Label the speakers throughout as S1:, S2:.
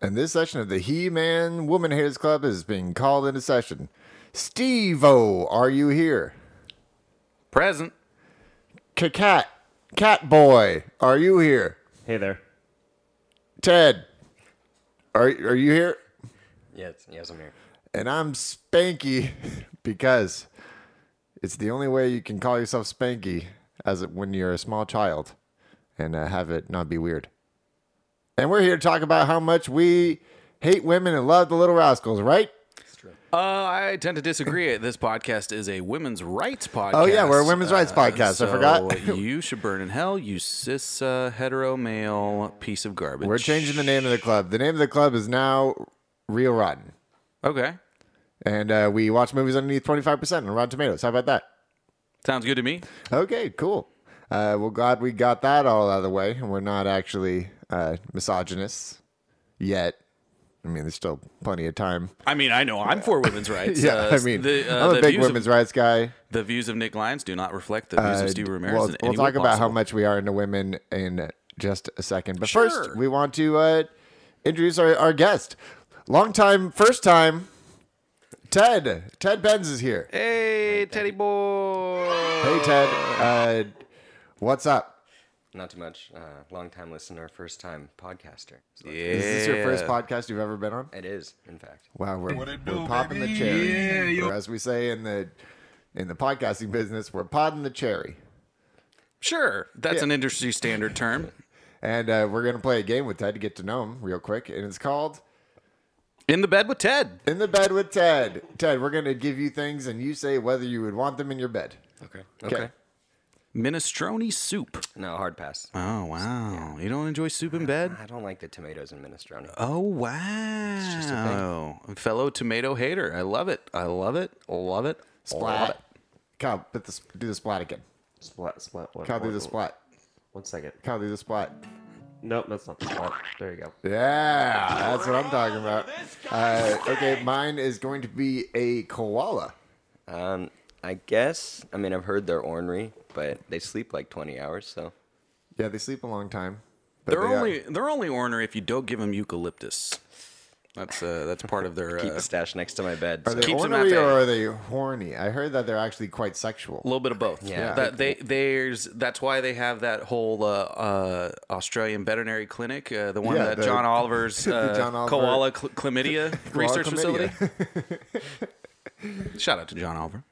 S1: And this session of the He Man Woman Haters Club is being called into session. Steve O, are you here?
S2: Present.
S1: Cat, Cat Boy, are you here?
S3: Hey there.
S1: Ted, are, are you here?
S4: Yes, yes, I'm here.
S1: And I'm Spanky because it's the only way you can call yourself Spanky as it, when you're a small child and uh, have it not be weird. And we're here to talk about how much we hate women and love the Little Rascals, right?
S2: Uh, I tend to disagree. this podcast is a women's rights podcast. Uh,
S1: Oh, yeah, we're a women's rights podcast. I
S2: so
S1: forgot.
S2: you should burn in hell, you cis uh, hetero male piece of garbage.
S1: We're changing the name of the club. The name of the club is now Real Rotten.
S2: Okay,
S1: And uh, we watch movies underneath 25% on Rotten Tomatoes. How about that?
S2: sounds good to me.
S1: Okay, cool. Uh, well, glad we got that all out of the way. And we're not actually uh, misogynists yet. I mean, there's still plenty of time.
S2: I mean, I know I'm for women's rights.
S1: Yeah,
S2: Uh,
S1: I mean,
S2: the, uh,
S1: I'm
S2: the
S1: a big
S2: views of-
S1: women's rights guy.
S2: The views of Nick Lyons do not reflect the views
S1: Uh,
S2: of Steve
S1: d-
S2: Ramirez.
S1: We'll,
S2: in
S1: we'll
S2: any way
S1: talk about how
S2: possible.
S1: much we are into women in just a second. But
S2: Sure.
S1: first, we want to uh, introduce our, our guest. Long time, first time, Ted. Ted Benz is here.
S2: Hey, Teddy boy.
S1: Hey, Ted. Uh, what's up?
S4: Not too much. Uh, long time listener, first time podcaster.
S2: Yeah.
S4: So
S1: Is this your first podcast you've ever been on?
S4: It is, in fact.
S1: Wow, we're, we're popping the cherry. or as we say in the in the podcasting business, we're podding the cherry.
S2: Sure, that's an industry standard term.
S1: And uh, we're going to play a game with Ted to get to know him real quick. And it's called
S2: In the bed with Ted.
S1: In the Bed with Ted. Ted, we're going to give you things and you say whether you would want them in your bed.
S4: Okay. Okay.
S2: Minestrone soup.
S4: No, hard pass.
S2: Oh wow! You don't enjoy soup in bed?
S4: I don't like the tomatoes in minestrone.
S2: Oh wow!
S4: just a
S2: Fellow tomato hater, I love it. I love it. Love it. Love it.
S1: Splat. Kyle, put the, s- do the splat again.
S3: Splat, splat. What,
S1: Kyle, do
S3: what-
S1: the splat.
S3: One second.
S1: Kyle, do the splat.
S3: Nope, that's not the splat. There you go.
S1: Yeah, that's what I'm talking about. Uh, okay, mine is going to be a koala.
S4: Um, I guess, I mean, I've heard they're ornery, but they sleep like 20 hours, so.
S1: Yeah, they sleep a long time. but
S2: They're
S1: they are-
S2: only they're only ornery if you don't give them eucalyptus. That's uh, that's part of their.
S4: Keep
S2: Uh,
S4: a stash next to my bed.
S1: Are
S4: so-
S1: they
S2: Keeps them
S1: ornery
S2: at bay.
S1: or are they horny? I heard that they're actually quite sexual.
S2: little bit of both.
S4: Yeah.
S2: That they there's that's why they have that whole uh, uh, Australian veterinary clinic, uh, the one
S1: Yeah,
S2: that
S1: the-
S2: John Oliver's uh,
S1: John Oliver-
S2: koala cl- chlamydia
S1: Koala
S2: research
S1: chlamydia.
S2: facility. Shout out to John Oliver.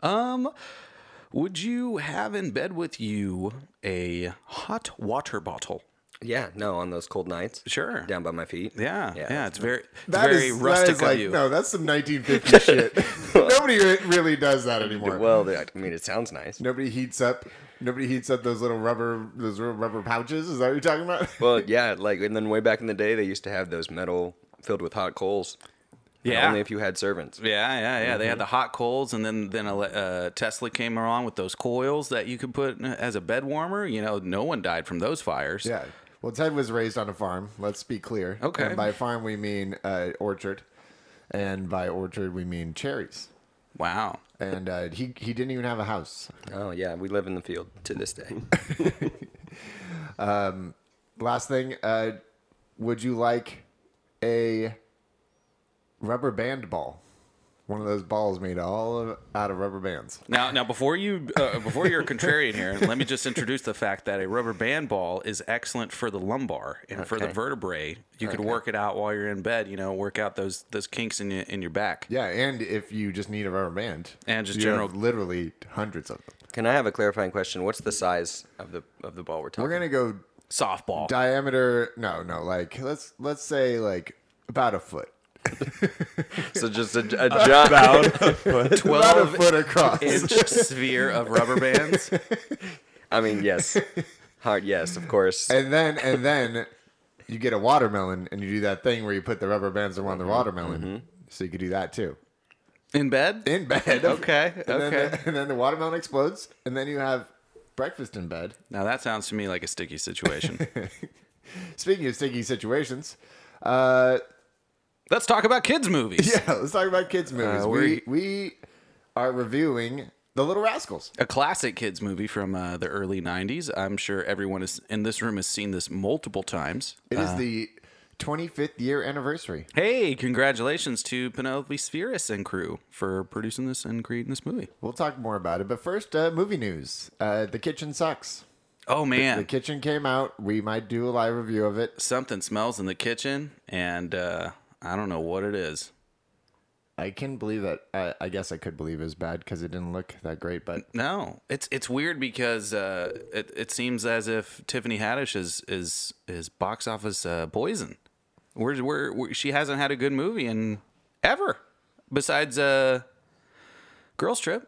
S2: Um, would you have in bed with you a hot water bottle?
S4: yeah, no, on those cold nights.
S2: Sure.
S4: Down by my feet.
S2: Yeah, yeah,
S4: that's-
S2: it's very, it's
S1: That
S2: very
S1: is- that
S2: rustic
S1: is like-
S2: of you.
S1: No, that's some 1950 shit. Nobody re- really does that anymore.
S4: Well, they- I mean, it sounds nice.
S1: Nobody heats up. Nobody heats up those little rubber, those little rubber pouches. Is that what you're talking about?
S4: Well, yeah, like, and then way back in the day, they used to have those metal filled with hot coals. and
S2: Yeah.
S4: Only Mm-hmm. if you had servants.
S2: Yeah, yeah, yeah. They had the hot coals, and then then uh, Tesla came along with those coils that you could put as a bed warmer. You know, no one died from those fires.
S1: yeah. Well, Ted was raised on a farm. Let's be clear.
S2: Okay.
S1: And by farm we mean uh, orchard, and by orchard we mean cherries.
S2: Wow.
S1: And uh, he he didn't even have a house.
S4: Oh yeah, we live in the field to this day.
S1: Last thing, uh, would you like a rubber band ball? One of those balls made all of, out of rubber bands.
S2: Now, now before you uh, before you're a contrarian here, let me just introduce the fact that a rubber band ball is excellent for the lumbar and for the
S4: Okay.
S2: vertebrae. You could work it out while you're in bed. You know, work out those those kinks in your in your back.
S1: Yeah, and if you just need a rubber band,
S2: And just
S1: you have
S2: general-
S1: literally hundreds of them.
S4: Can I have a clarifying question? What's the size of the of the ball we're talking?
S1: We're gonna go
S2: Softball.
S1: diameter. No, no, like let's let's say like about a foot,
S4: So just a, a giant.
S1: about a
S2: Twelve
S1: foot across.
S2: inch sphere of rubber bands.
S4: I mean, yes, hard yes, of course.
S1: and then and then you get a watermelon, and you do that thing where you put the rubber bands around the watermelon, so you could do that too
S2: In bed?
S1: in bed.
S2: Okay,
S1: And then
S2: okay.
S1: the- and then the watermelon explodes, and then you have breakfast in bed.
S2: Now that sounds to me like a sticky situation.
S1: Speaking of sticky situations, uh,
S2: Let's talk about kids' movies.
S1: yeah, let's talk about kids movies.
S2: Uh,
S1: we
S2: we're-
S1: we are reviewing The Little Rascals.
S2: A classic kids' movie from uh, the
S1: Uh-huh.
S2: early 90s. I'm sure everyone is in this room has seen this multiple times.
S1: It is the 25th year anniversary.
S2: Hey, congratulations to Penelope Spheris and crew for producing this and creating this movie.
S1: We'll talk more about it. But first, uh, movie news. Uh, the Kitchen Sucks.
S2: Oh man,
S1: The Kitchen came out. We might do a live review of it.
S2: something smells in the kitchen, and uh, I don't know what it is.
S1: I can believe that. I, I guess I could believe it was bad because it didn't look that great. But
S2: No, it's it's weird because uh, it it seems as if Tiffany Haddish is is is box office uh, poison. Where's where, where she hasn't had a good movie in ever, besides uh, Girls Trip.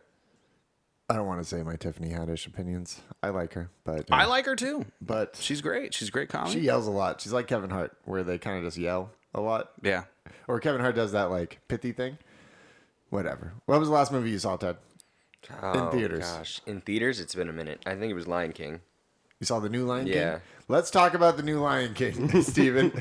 S1: I don't want to say my Tiffany Haddish opinions. I like her, but
S2: I like her too.
S1: but she,
S2: She's great. She's great comedy.
S1: she yells a lot. She's like Kevin Hart, where they kind of just yell a lot.
S2: yeah.
S1: Or Kevin Hart does that like pithy thing. Whatever. What was the last movie you saw, Ted?
S4: Oh,
S1: theaters.
S4: Gosh, in theaters, it's been a minute. I think it was Lion King.
S1: You saw the new Lion
S4: Yeah.
S1: King. Let's talk about the new Lion King, Steven.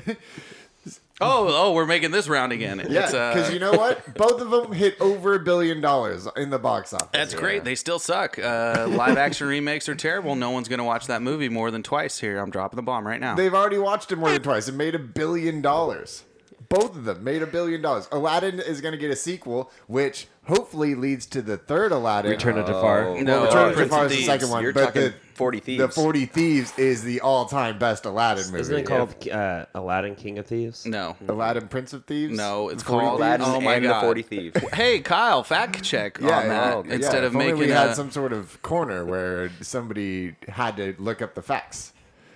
S2: Oh, oh, we're making this round again.
S1: yeah,
S2: It's, uh,
S1: because you know what? Both of them hit over a billion dollars in the box office.
S2: That's great. They still suck. Uh, live action remakes are terrible. No one's going to watch that movie more than twice. Here, I'm dropping the bomb right now.
S1: They've already watched it more than twice. It made a billion dollars. Both of them made a billion dollars. Aladdin is going to get a sequel, which hopefully leads to the third Aladdin.
S3: Return to
S4: Oh.
S3: Jafar.
S2: No,
S1: Return of
S2: Prince
S1: Jafar is
S2: of
S1: the
S2: Thieves.
S1: second one,
S4: You're
S1: but
S4: talking
S1: the
S4: 40 Thieves.
S1: The Forty Thieves is the all-time best Aladdin movie.
S3: Isn't it called uh, Aladdin King of Thieves?
S2: no.
S1: Aladdin Prince of Thieves?
S2: No, it's
S1: 40
S2: called-
S1: Thieves?
S4: Aladdin
S2: Oh my
S4: and
S2: God.
S4: the Forty Thieves.
S2: Hey, Kyle, fact check on that.
S1: yeah,
S2: Instead
S1: yeah.
S2: of
S1: if only
S2: making
S1: we had
S2: a-
S1: some sort of corner where somebody had to look up the facts.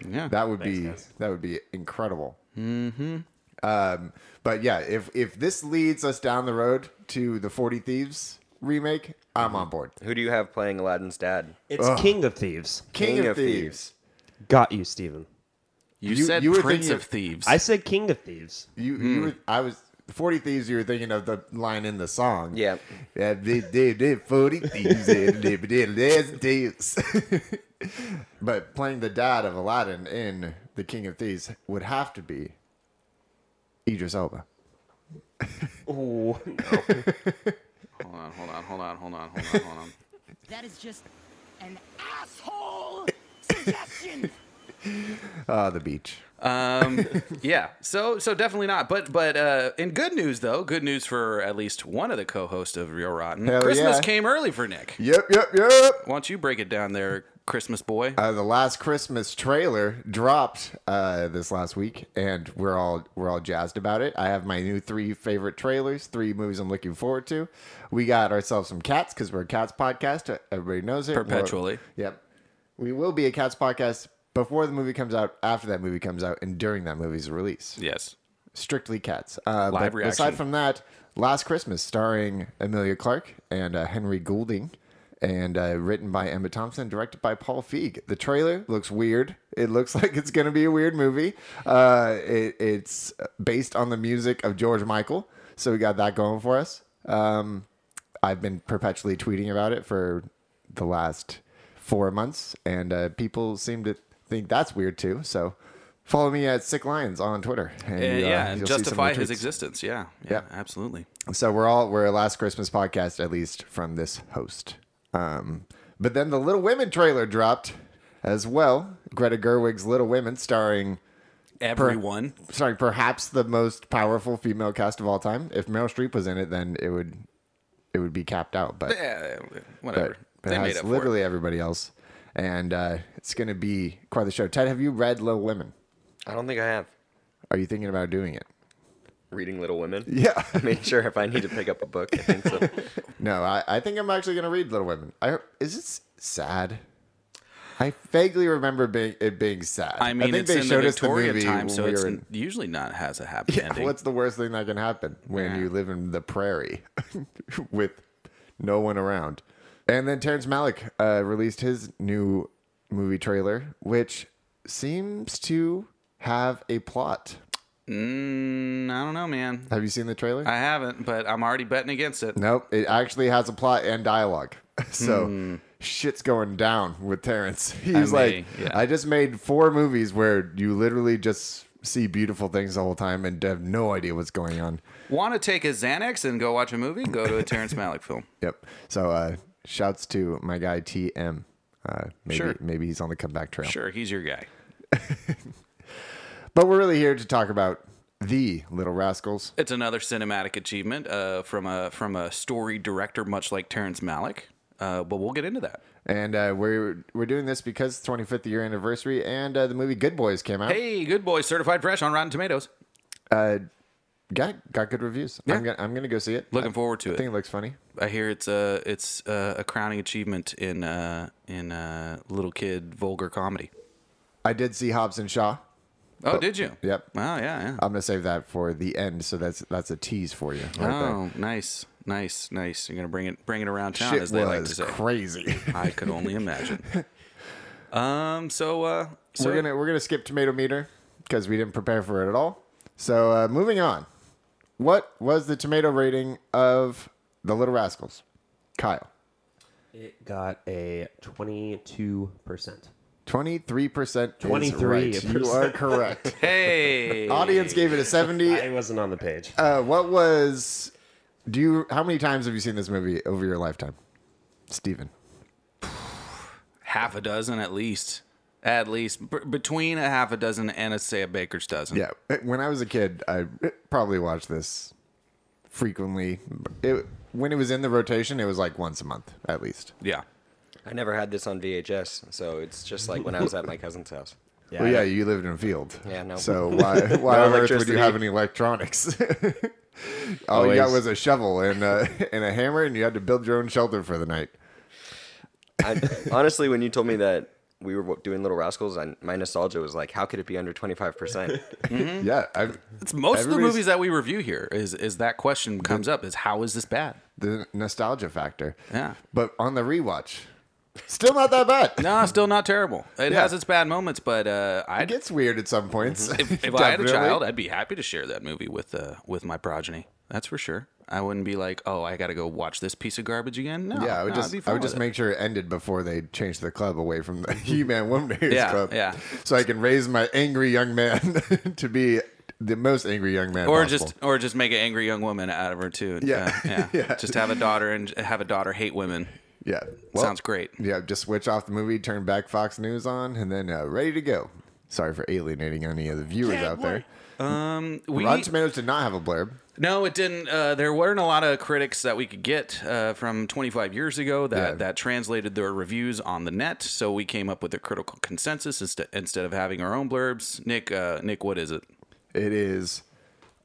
S2: Yeah.
S1: That would be that would be incredible. Mm-hmm. Um, but yeah, if if this leads us down the road to the Forty Thieves remake, I'm on board.
S4: Who do you have playing Aladdin's dad?
S3: It's King of Thieves.
S1: King,
S4: King
S1: of,
S4: of
S1: Thieves.
S4: Thieves.
S3: Got you, Steven.
S2: you,
S1: you-
S2: said
S1: you were
S2: Prince
S1: thinking
S2: of
S1: of-
S2: Thieves.
S3: I said King of Thieves.
S1: You you were, I was Forty Thieves. You were thinking of the line in the song.
S4: Yeah.
S1: Yeah, they, they, they, Forty Thieves. they- they- they- last dance. but playing the dad of Aladdin in the King of Thieves would have to be Idris Elba.
S3: Ooh,
S2: hold on, hold on, hold on, hold on, hold on, hold on.
S5: That is just an asshole suggestion.
S1: Ah, the beach.
S2: Um, yeah, so so definitely not. But but uh, in good news though, good news for at least one of the co-hosts of Real Rotten.
S1: Hell
S2: Christmas
S1: yeah.
S2: came early for Nick.
S1: Yep, yep, yep.
S2: Why don't you break it down there, Christmas boy?
S1: Uh, the last Christmas trailer dropped uh, this last week, and we're all we're all jazzed about it. I have my new three favorite trailers, three movies I'm looking forward to. We got ourselves some cats because we're a cats podcast. Everybody knows it We're-
S2: Perpetually.
S1: yep, we will be a cats podcast before the movie comes out, after that movie comes out, and during that movie's release.
S2: yes.
S1: Strictly cats. Uh,
S2: Live
S1: but Aside
S2: reaction.
S1: from that, Last Christmas, starring Amelia Clark and uh, Henry Goulding, and uh, written by Emma Thompson, directed by Paul Feig. The trailer looks weird. It looks like it's going to be a weird movie. Uh, it, it's based on the music of George Michael, so we got that going for us. Um, I've been perpetually tweeting about it for the last four months, and uh, people seem to think that's weird too. So. Follow me at Sick Lions on Twitter. And
S2: Uh,
S1: you, uh,
S2: yeah, and
S1: you'll see some of the
S2: justify his
S1: tweets.
S2: existence. Yeah, yeah,
S1: Yep.
S2: absolutely.
S1: So we're all we're a last Christmas podcast, at least from this host. Um, but then the Little Women trailer dropped as well. Greta Gerwig's Little Women, starring
S2: Everyone.
S1: starring perhaps the most powerful female cast of all time. If Meryl Streep was in it, then it would it would be capped out. But
S2: Yeah,
S1: but
S2: whatever.
S1: it
S2: they made
S1: has
S2: up
S1: literally everybody else, and uh, it's going to be quite the show. Ted, have you read Little Women?
S4: I don't think I have.
S1: Are you thinking about doing it?
S4: Reading Little Women.
S1: Yeah.
S4: I mean, sure, if I need to pick up a book, I think so.
S1: No, I, I think I'm actually going to read Little Women. I is it s- sad? I vaguely remember being, it being sad.
S2: for it. I mean,
S1: think
S2: it's in the Victorian time,
S1: when
S2: so
S1: we
S2: it's
S1: were
S2: n- usually not has a happy
S1: Yeah,
S2: ending.
S1: what's the worst thing that can happen when
S2: Yeah.
S1: you live in the prairie with no one around? And then Terrence Malick uh, released his new movie trailer, which seems to have a plot.
S2: Mm, I don't know, man.
S1: Have you seen the trailer?
S2: I haven't, but I'm already betting against it.
S1: Nope, it actually has a plot and dialogue. So shit's going down with Terrence. He's
S2: Hmm. may,
S1: like,
S2: yeah.
S1: I just made four movies where you literally just see beautiful things the whole time and have no idea what's going on.
S2: Want to take a Xanax and go watch a movie? Go to a Terrence Malick film.
S1: Yep. So uh, shouts to my guy TM. Uh, maybe
S2: Sure.
S1: maybe he's on the comeback trail.
S2: Sure, he's your guy.
S1: But we're really here to talk about The Little Rascals.
S2: It's another cinematic achievement uh, from a from a story director, much like Terrence Malick. Uh, but we'll get into that.
S1: And uh, we're we're doing this because it's 25th year anniversary, and uh, the movie Good Boys came out.
S2: Hey, good boy, certified fresh on Rotten Tomatoes.
S1: Got got good reviews. I'm gonna I'm gonna go see it.
S2: Looking forward to
S1: I
S2: it.
S1: think it looks funny.
S2: I hear it's a it's uh a crowning achievement in uh, in uh, little kid vulgar comedy.
S1: I did see Hobbs and Shaw.
S2: Oh, did you?
S1: Yep.
S2: Oh yeah, yeah.
S1: I'm gonna save that for the end, so that's that's a tease for you. Right
S2: oh, nice, nice, nice. You're gonna bring it bring it around
S1: there.
S2: town,
S1: Shit
S2: as they like to
S1: was
S2: say.
S1: crazy.
S2: I could only imagine. Um. So uh. So
S1: we're gonna we're gonna skip tomato meter because we didn't prepare for it at all. So uh, moving on, what was the tomato rating of the Little Rascals? Kyle,
S3: It got a 22%.
S1: twenty three percent.
S3: 23%.
S1: You are correct.
S2: hey,
S1: Audience gave it a seventy.
S3: I wasn't on the page.
S2: Oh,
S1: Uh, what was? Do you? How many times have you seen this movie over your lifetime, Steven?
S2: half a dozen at least. At least b- between a half a dozen and a say a baker's dozen.
S1: Yeah, when I was a kid, I probably watched this frequently. It, when it was in the rotation, it was like once a month at least.
S2: Yeah.
S4: I never had this on VHS, so it's just like when I was at my cousin's house.
S1: well, yeah, you lived in a field.
S4: Yeah, no.
S1: So why why on earth would you
S4: electricity.
S1: have any electronics? All you got
S3: Always.
S1: was a shovel and a, and a hammer, and you had to build your own shelter for the night.
S4: I, honestly, when you told me that we were doing Little Rascals, I, my nostalgia was like, how could it be under 25%?
S1: Yeah, I,
S2: It's most of the
S1: Everybody's-
S2: movies that we review here is is that question comes up is how is this bad?
S1: the nostalgia factor.
S2: Yeah.
S1: But on the rewatch, still not that bad.
S2: No, still not terrible. It
S1: Yeah.
S2: has its bad moments, but uh,
S1: It
S2: I'd,
S1: gets weird at some points.
S2: Mm-hmm. if, if I had a
S1: Definitely.
S2: child, I'd be happy to share that movie with uh, with my progeny. That's for sure. I wouldn't be like, oh, I got to go watch this piece of garbage again. No,
S1: yeah, I would
S2: no, I'd
S1: just
S2: be
S1: I
S2: fine
S1: would
S2: with
S1: just
S2: it.
S1: make sure it ended before they changed the club away from the He-Man Woman
S2: Yeah,
S1: Club.
S2: yeah.
S1: So I can raise my angry young man to be the most angry young man
S2: or
S1: possible.
S2: just or just make an angry young woman out of her too.
S1: Yeah.
S2: Uh, yeah.
S1: Yeah.
S2: Just have a daughter and have a daughter hate women.
S1: Yeah. Well,
S2: Sounds great.
S1: Yeah, just switch off the movie, turn back Fox News on, and then uh, ready to go. Sorry for alienating any of the viewers
S5: Can't
S1: out there.
S2: We,
S1: Rotten Tomatoes did not have a blurb.
S2: No, it didn't. Uh, there weren't a lot of critics that we could get uh, from 25 years ago that,
S1: Yeah.
S2: that translated their reviews on the net. So we came up with a critical consensus instead instead of having our own blurbs. Nick, uh, Nick, what is it?
S1: It is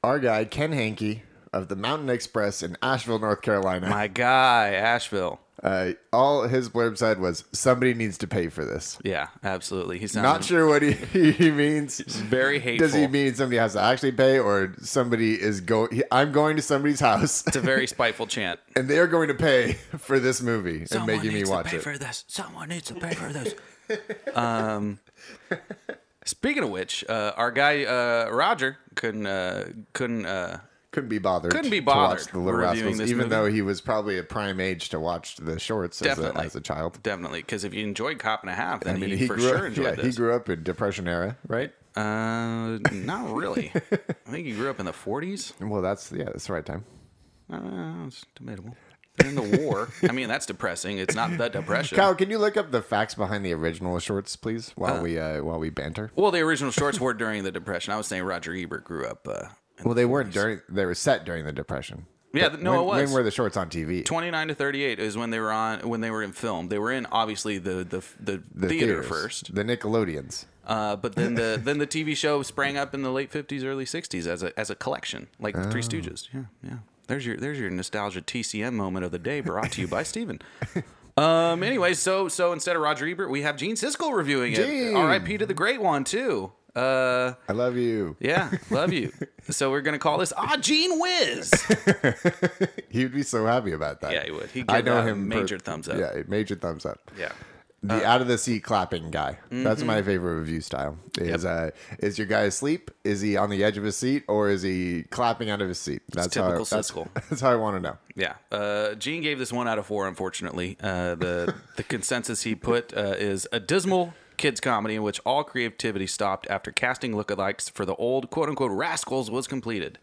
S1: our guy Ken Hankey of the Mountain Express in Asheville, North Carolina.
S2: My guy, Asheville.
S1: Uh, all his blurb said was, "Somebody needs to pay for this."
S2: Yeah, absolutely. He's
S1: Not sure what he, he means.
S2: Very Um, hateful.
S1: Does he mean somebody has to actually pay, or somebody is going? I'm going to somebody's house,
S2: It's a very spiteful chant.
S1: and they are going to pay for this movie and
S2: Someone
S1: making me
S2: needs
S1: watch
S2: to pay
S1: it.
S2: for this. Someone needs to pay for this. um, speaking of which, uh, our guy uh, Roger couldn't uh, couldn't uh,
S1: couldn't be bothered.
S2: Couldn't be
S1: to watch
S2: bothered
S1: the Little
S2: reviewing
S1: Rascals,
S2: this
S1: even
S2: movie.
S1: though he was probably a prime age to watch the shorts as a,
S2: Definitely.
S1: as a child.
S2: definitely because if you enjoyed Cop and a Half,
S1: I
S2: then
S1: mean,
S2: he,
S1: he,
S2: for
S1: grew
S2: sure
S1: up.
S2: enjoyed
S1: Yeah,
S2: this.
S1: he grew up in Depression era, right?
S2: Uh, not really. I think he grew up in the 40s.
S1: Well, that's yeah, that's the right time.
S2: Uh, it's debatable. They're in the war. I mean, that's depressing. It's not the depression.
S1: Kyle, can you look up the facts behind the original shorts, please, while we uh, while we banter?
S2: well, the original shorts were during the depression. I was saying Roger Ebert grew up. Uh, in
S1: Well,
S2: the
S1: they weren't during. They were set during the Depression.
S2: Yeah,
S1: But
S2: th- no,
S1: when,
S2: it was.
S1: When were the shorts on TV?
S2: 29 to 38 is when they were on when they were in film. They were in obviously the the the,
S1: The
S2: theater
S1: theaters,
S2: first.
S1: The Nickelodeons.
S2: Uh, but then the then the TV show sprang up in the late 50s early 60s as a as a collection like the
S1: Oh.
S2: Three Stooges. Yeah, yeah. There's your there's your nostalgia TCM moment of the day brought to you by Steven. Um anyway, so so instead of Roger Ebert, we have Gene Siskel reviewing
S1: Gene!
S2: it. RIP to the great one too. Uh
S1: I love you.
S2: yeah, love you. so we're going to call this Ah Gene Whiz.
S1: He'd be so happy about that.
S2: Yeah, he would. He'd
S1: I
S2: give
S1: know
S2: that
S1: him.
S2: major thumbs up.
S1: Yeah, major thumbs up.
S2: Yeah.
S1: The
S2: Uh,
S1: out of the seat clapping guy. That's
S2: mm-hmm.
S1: my favorite review style. Is uh, is your guy asleep? Is he on the edge of his seat, or is he clapping out of his seat? That's
S2: typical
S1: how, that's,
S2: Siskel.
S1: that's how I want to know.
S2: Yeah, uh, Gene gave this one out of four. Unfortunately, uh, the the consensus he put uh, is a dismal kids comedy in which all creativity stopped after casting lookalikes for the old quote unquote rascals was completed.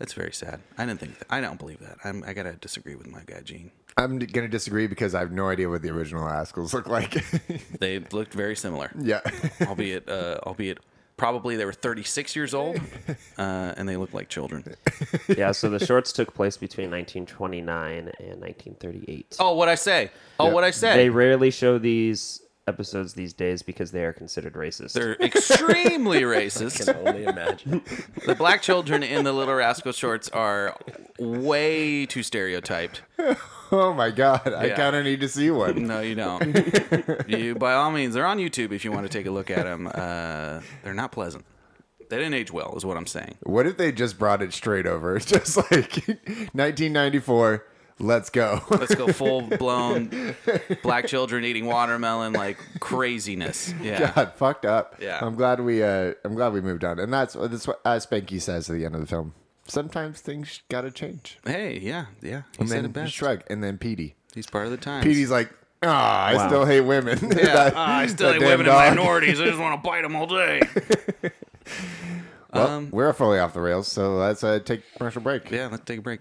S2: That's very sad. I didn't think. I don't believe that. I'm, I gotta disagree with my guy Gene.
S1: I'm d- gonna disagree because I have no idea what the original Rascals look like.
S2: They looked very similar,
S1: yeah,
S2: albeit uh, albeit probably they were 36 years old, uh, and they looked like children.
S3: yeah, so the shorts took place between 1929 and 1938.
S2: Oh, what I say? Oh, what I say?
S3: They rarely show these episodes these days because they are considered racist.
S2: They're extremely racist.
S4: Only imagine.
S2: The black children in the Little Rascal shorts are way too stereotyped.
S1: Oh my god, I
S2: Yeah.
S1: kind of need to see one.
S2: No, you don't. you, by all means, they're on YouTube if you want to take a look at them. Uh, they're not pleasant. They didn't age well, is what I'm saying.
S1: What if they just brought it straight over? It's just like 1994. Let's go.
S2: Let's go full blown black children eating watermelon like craziness. Yeah.
S1: God, fucked up.
S2: Yeah.
S1: I'm glad we. Uh, I'm glad we moved on, and that's that's what uh, Spanky says at the end of the film. Sometimes things gotta change.
S2: Hey, yeah, yeah. He
S1: And
S2: said
S1: then
S2: it best.
S1: shrug, and then Petey.
S2: He's part of the time.
S1: Petey's like, ah, I still hate women.
S2: yeah.
S1: That-
S2: "Ah, I still
S1: that
S2: hate
S1: damn
S2: women
S1: dog."
S2: and minorities. I just want to bite them all day.
S1: Well, we're fully off the rails, so let's uh, take a commercial break.
S2: Um, Yeah, let's take a break.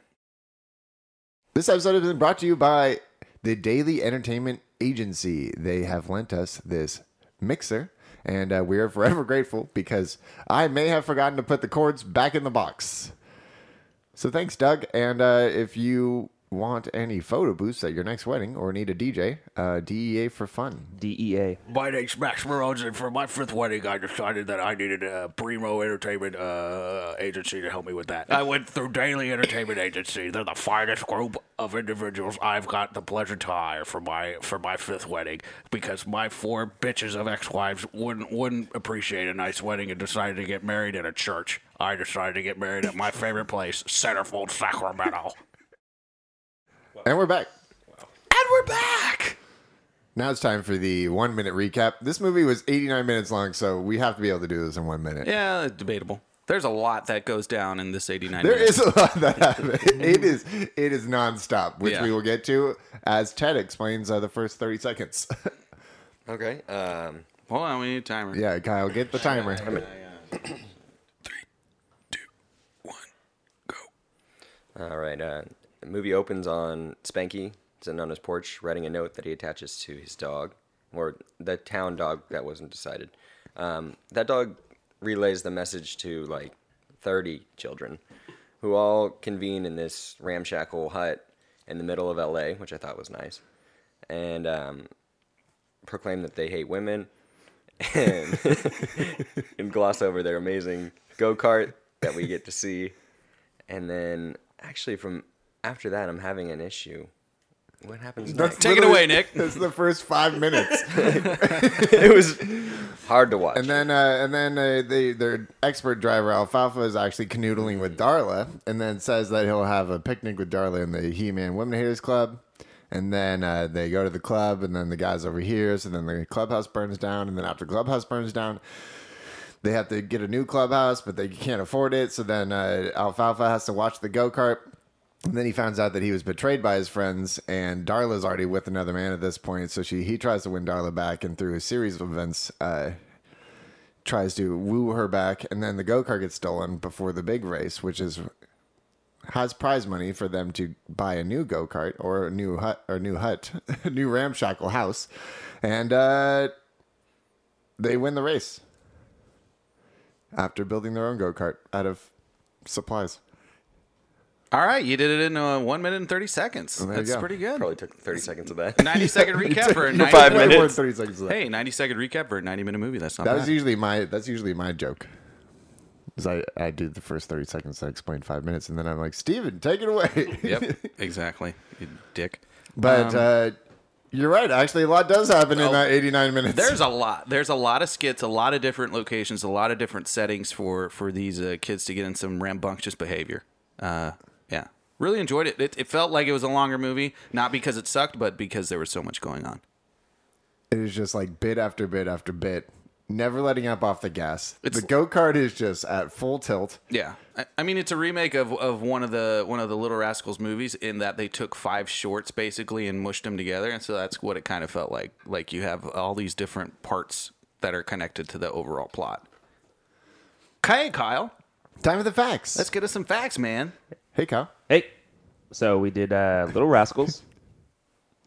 S1: This episode has been brought to you by the Daily Entertainment Agency. They have lent us this mixer, and uh, we are forever grateful because I may have forgotten to put the cords back in the box. So thanks, Doug. And uh, if you want any photo booths at your next wedding or need a DJ, uh, DEA for fun.
S3: DEA.
S6: My name's Max Morones, and for my fifth wedding, I decided that I needed a primo entertainment uh, agency to help me with that. I went through Daily Entertainment Agency. They're the finest group of individuals I've got the pleasure to hire for my for my fifth wedding because my four bitches of ex-wives wouldn't wouldn't appreciate a nice wedding and decided to get married at a church. I decided to get married at my favorite place, Centerfold, Sacramento.
S1: And we're back.
S2: And we're back.
S1: Now it's time for the one minute recap. This movie was 89 minutes long, so we have to be able to do this in one minute.
S2: Yeah, it's debatable. There's a lot that goes down in this 89
S1: There
S2: minutes.
S1: is a lot that happened. It is it is nonstop, which
S2: Yeah.
S1: we will get to as Ted explains uh, the first thirty seconds.
S4: Okay. Um,
S2: Hold on, we need a timer.
S1: yeah, Kyle, get the timer.
S4: all right. Uh, the movie opens on Spanky sitting on his porch writing a note that he attaches to his dog, or the town dog that wasn't decided. Um, that dog relays the message to like 30 children who all convene in this ramshackle hut in the middle of LA, which I thought was nice, and um, proclaim that they hate women. And and gloss over their amazing go kart that we get to see. And then, actually, from after that, I'm having an issue. What happens next?
S2: Take it
S1: Literally,
S2: away, Nick.
S1: That's the first five minutes,
S4: it was hard to watch.
S1: and then uh, and then uh, they, their expert driver Alfalfa is actually canoodling with Darla, and then says that he'll have a picnic with Darla in the He-Man Women Haters Club. And then uh, they go to the club, and then the guys overhears, and then the clubhouse burns down. And then after clubhouse burns down, they have to get a new clubhouse, but they can't afford it. So then uh, Alfalfa has to watch the go kart. And then he finds out that he was betrayed by his friends, and Darla's already with another man at this point. So she he tries to win Darla back, and through a series of events, uh, tries to woo her back. And then the go kart gets stolen before the big race, which is has prize money for them to buy a new go kart or a new hut or new hut, a new ramshackle house, and uh, they win the race after building their own go kart out of supplies.
S2: All right, you did it in uh, 1 minute and 30 seconds.
S1: there you
S2: That's
S1: go.
S2: pretty good.
S4: Probably took 30 seconds of that.
S2: 90 second recap for a 90
S4: five
S2: minute-
S4: minutes.
S1: More than thirty seconds. Of that.
S2: Hey, 90 second recap for a 90 minute movie. That's not
S1: that
S2: bad.
S1: was usually my that's usually my joke. Is I I did the first thirty seconds, I explained five minutes, and then I'm like, Steven, take it away.
S2: Yep, exactly. You dick.
S1: But uh, you're right. Actually, a lot does happen in
S2: Um, oh,
S1: that 89 minutes.
S2: There's a lot. There's a lot of skits, a lot of different locations, a lot of different settings for for these uh, kids to get in some rambunctious behavior. Uh, yeah, really enjoyed it. it. It felt like it was a longer movie, not because it sucked, but because there was so much going on.
S1: it is just like bit after bit after bit, never letting up off the gas.
S2: It's-
S1: the go kart is just at full tilt.
S2: Yeah, I, I mean it's a remake of, of one of the one of the Little Rascals movies in that they took five shorts basically and mushed them together, and so that's what it kind of felt like. Like you have all these different parts that are connected to the overall plot. Okay, Kyle,
S1: Time of the facts.
S2: let's get us some facts, man.
S1: hey, Kyle.
S3: Hey, so we did uh, Little Rascals,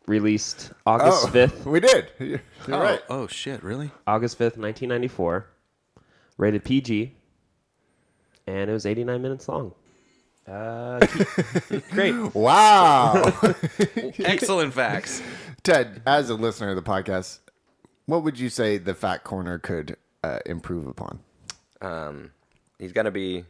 S3: released August
S1: Oh,
S3: fifth,
S1: we did. You're you're
S2: oh,
S1: right.
S2: oh shit, really?
S3: August fifth, nineteen ninety four. rated PG, and it was 89 minutes long. Uh, keep- great.
S1: Wow.
S2: Excellent facts.
S1: Ted, as a listener of the podcast, what would you say the fat corner could uh, improve upon?
S4: Um, he's got to be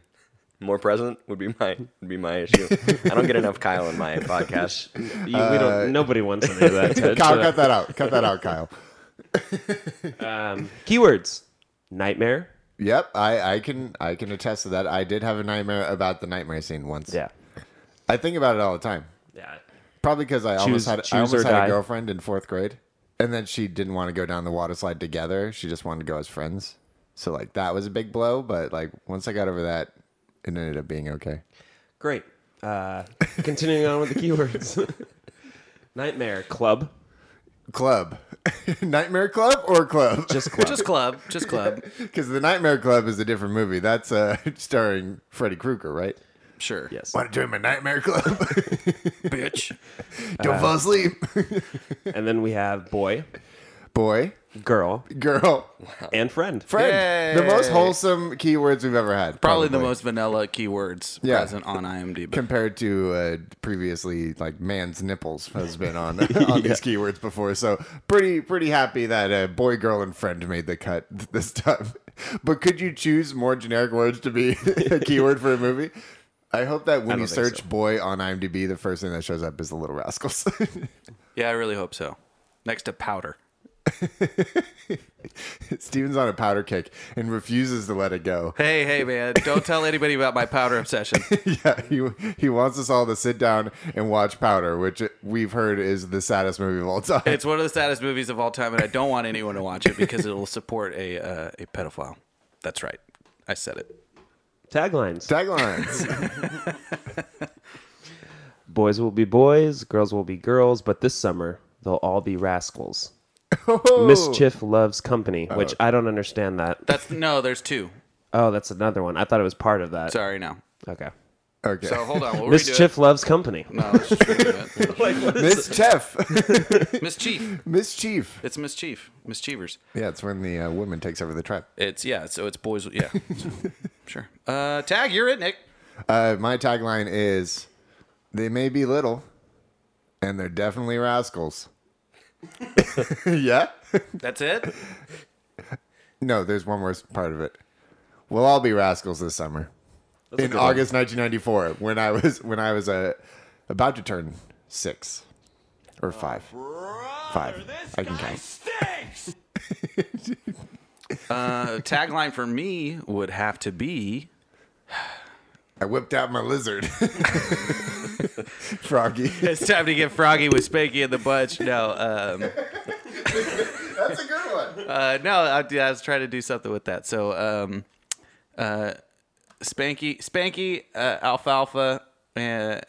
S4: more present. Would be my would be my issue. I don't get enough Kyle in my podcast.
S3: You, we don't, nobody wants to do that. Ted, Uh,
S1: Kyle,
S3: so-
S1: cut that out. Cut that out, Kyle.
S3: um, keywords: nightmare.
S1: Yep, I, I can I can attest to that. I did have a nightmare about the nightmare scene once.
S3: Yeah.
S1: I think about it all the time.
S3: Yeah.
S1: Probably because I
S3: Choose-
S1: almost had I
S3: choose
S1: almost
S3: or
S1: had a
S3: die.
S1: girlfriend in fourth grade, and then she didn't want to go down the water slide together. She just wanted to go as friends. So like that was a big blow, but like once I got over that, it ended up being okay.
S3: Great. Uh, continuing on with the keywords. nightmare club.
S1: Club, Nightmare Club or Club?
S3: Just club.
S2: Just club. Just club.
S1: Because the Nightmare Club is a different movie. That's uh, starring Freddy Krueger, right?
S2: Sure.
S3: yes.
S1: Want to join my Nightmare Club?
S2: Bitch.
S3: Uh.
S1: Don't fall asleep.
S3: And then we have boy,
S1: Boy,
S3: girl,
S1: girl,
S3: and friend.
S1: friend. The most wholesome keywords we've ever had.
S2: Probably the most vanilla keywords
S1: Yeah.
S2: present on IMDb.
S1: compared to uh, previously like man's nipples has been on on these keywords before so pretty pretty happy that uh, boy girl and friend made the cut this time but could you choose more generic words to be a keyword for a movie i hope that when you
S3: think
S1: search boy on imdb the first thing that shows up is the little rascals
S2: yeah, I really hope so. Next to powder.
S1: steven's on a powder kick and refuses to let it go
S2: Hey, hey, man! Don't tell anybody about my powder obsession.
S1: yeah, he he wants us all to sit down and watch Powder, which we've heard is the saddest movie of all time.
S2: It's one of the saddest movies of all time, and I don't want anyone to watch it because it'll support a uh, a pedophile. That's right. I said it.
S3: Taglines.
S1: Taglines.
S3: boys will be boys, girls will be girls, but this summer they'll all be rascals.
S1: Oh.
S3: Mischief loves company, which I don't understand that.
S2: That's no. There's two.
S3: Oh, that's another one. I thought it was part of that.
S2: Sorry, no.
S3: Okay.
S1: Okay.
S2: So hold on. We'll
S3: Mischief loves company.
S2: redo it. No, let's just redo
S1: Mischief.
S2: it. mischief.
S1: Mischief.
S2: It's mischief. Mischievers.
S1: Yeah, it's when the uh, woman takes over the tribe.
S2: It's yeah. So it's boys. Yeah. sure. Uh, tag. You're it, Nick.
S1: Uh, my tagline is they may be little, and they're definitely rascals. yeah?
S2: That's it.
S1: No, there's one worse part of it. We'll all be rascals this summer. In
S3: good one.
S1: August 1994, when I was when I was uh, about to turn six or five, five. I can count.
S2: Uh, tagline for me would have to be
S1: I whipped out my lizard, Froggy.
S2: It's time to get froggy with Spanky in the bunch. No, um,
S1: That's a good one.
S2: uh, no, I, I was trying to do something with that. So, um, uh, Spanky, Spanky, uh, Alfalfa, uh,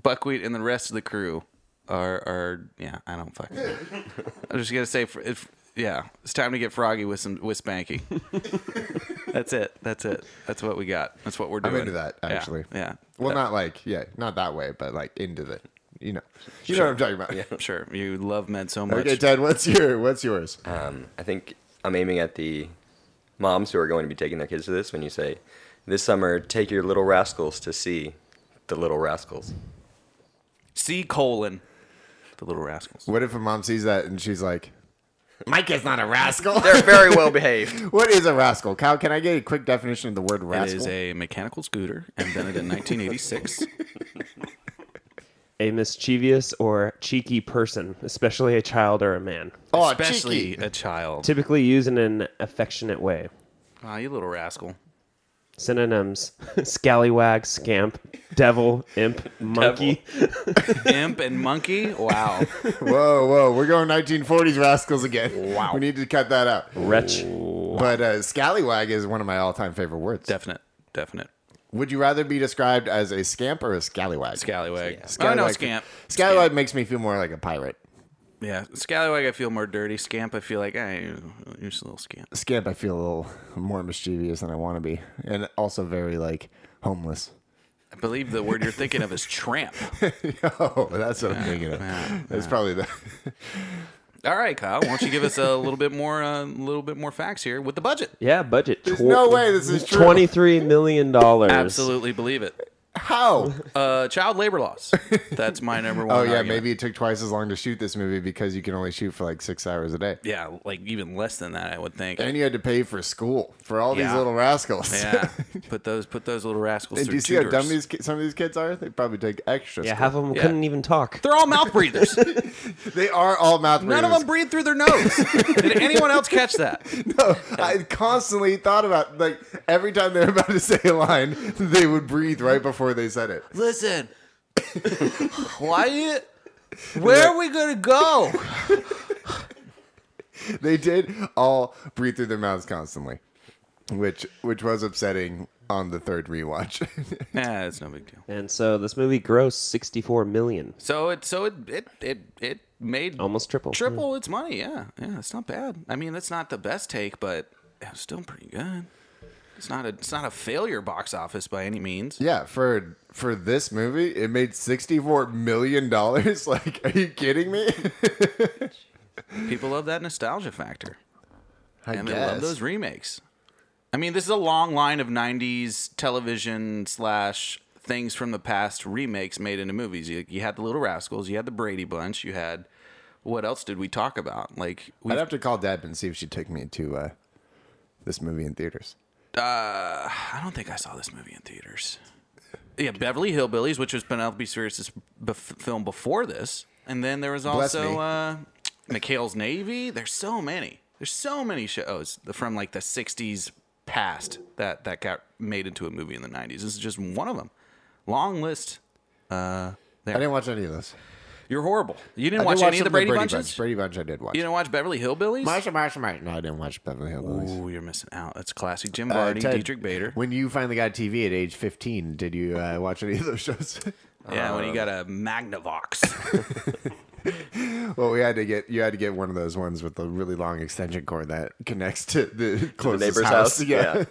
S2: Buckwheat, and the rest of the crew are, are yeah, I don't fucking. Know. I'm just gonna say, fr- if, yeah, it's time to get froggy with some with Spanky. That's it. That's it. That's what we got. That's what we're doing.
S1: I'm into that
S2: Yeah,
S1: actually.
S2: Yeah.
S1: Well,
S2: That-
S1: not like yeah, not that way, but like into the, you know, you know what I'm talking about.
S2: sure. You love men so much.
S1: Okay, Ted, what's your what's yours?
S4: Um, I think I'm aiming at the moms who are going to be taking their kids to this. When you say this summer, take your little rascals to see the little rascals.
S2: C colon. The little rascals.
S1: What if a mom sees that and she's like,
S5: Mike is not a rascal.
S4: They're very well behaved.
S1: "What is a rascal?" Kyle, can I get a quick definition of the word
S2: It
S1: rascal?
S2: is a mechanical scooter invented in 1986.
S3: A mischievous or cheeky person, especially a child or a man.
S1: oh,
S2: especially
S1: cheeky.
S2: a child.
S3: Typically used in an affectionate way.
S2: Ah, you little rascal.
S3: Synonyms scallywag, scamp, devil, imp, monkey.
S2: Imp and monkey? Wow.
S1: whoa, whoa, we're going 1940s rascals again. Wow, we need to cut that out.
S3: Wretch.
S1: But uh, scallywag is one of my all-time favorite words.
S2: Definite. Definite.
S1: Would you rather be described as a scamp or a scallywag?
S2: Scallywag.
S1: Scallywag.
S2: Oh, no, scamp.
S1: Scallywag makes me feel more like a pirate.
S2: Yeah. Scallywag, I feel more dirty. Scamp, I feel like, I you're just a little scamp.
S1: Scamp, I feel a little more mischievous than I want to be, and also very like homeless.
S2: I believe the word you're thinking of is tramp.
S1: oh, that's what I'm thinking of. That's probably the.
S2: All right, Kyle, why don't you give us a little bit more, a little bit more facts here with the budget?
S3: Yeah, budget. There's
S1: no way this is true.
S3: Twenty-three million dollars.
S2: Absolutely believe it.
S1: How?
S2: Uh, child labor laws. That's my number one.
S1: Oh yeah,
S2: argument.
S1: maybe it took twice as long to shoot this movie because you can only shoot for like six hours a day.
S2: Yeah, like even less than that, I would think.
S1: And you had to pay for school for all these
S2: Yeah.
S1: little rascals.
S2: yeah, put those put those little rascals
S1: And
S2: through
S1: do you see
S2: tutors.
S1: how dumb these ki- some of these kids are? They probably take extra.
S3: Yeah,
S1: Yeah,
S3: half of them
S2: Yeah.
S3: couldn't even talk.
S2: They're all mouth breathers.
S1: they are all mouth.
S2: None of them breathe through their nose. Did anyone else catch that?
S1: I constantly thought about like every time they're about to say a line, they would breathe right before they said it.
S2: Listen, why? You, where are we gonna go?
S1: They did all breathe through their mouths constantly, which which was upsetting on the third rewatch.
S2: Yeah, it's no big deal.
S3: And so this movie grossed sixty-four million,
S2: So it so it it it, it made
S3: almost triple.
S2: triple its money. Yeah, yeah, it's not bad. I mean, that's not the best take, but it was still pretty good. It's not a it's not a failure box office by any means.
S1: yeah, for for this movie, it made sixty four million dollars. Like, are you kidding me?
S2: People love that nostalgia factor,
S1: I
S2: and they love those remakes. I mean, this is a long line of '90s television slash things from the past remakes made into movies. You, you had the Little Rascals, you had the Brady Bunch, you had what else did we talk about? Like we
S1: I'd have to call Deb and see if she took me to uh, this movie in theaters.
S2: I don't think I saw this movie in theaters. Yeah, Beverly Hillbillies, which was Penelope Spheres' bef- film before this, and then there was
S1: Bless
S2: also
S1: me.
S2: uh, McHale's Navy. There's so many. There's so many shows from like the '60s past that that got made into a movie in the '90s. This is just one of them. Long list. Uh,
S1: I didn't watch any of those.
S2: you're horrible. You
S1: I
S2: didn't
S1: did
S2: watch
S1: watch
S2: any of
S1: some
S2: the Brady, Bunches.
S1: Bunch. Brady Bunch, I did watch.
S2: You didn't watch Beverly Hillbillies.
S5: Marshall, Marshall, Marshall.
S1: no, I didn't watch Beverly Hillbillies.
S2: Ooh, you're missing out. That's classic Jim
S1: Uh,
S2: Vardy,
S1: Ted,
S2: Dietrich Bader.
S1: When you finally got TV at age 15, did you uh, watch any of those shows?
S2: yeah,
S1: Uh,
S2: when you got a Magnavox.
S1: well, we had to get you had to get one of those ones with the really long extension cord that connects to the closest
S4: neighbor's
S1: house.
S4: house. Yeah.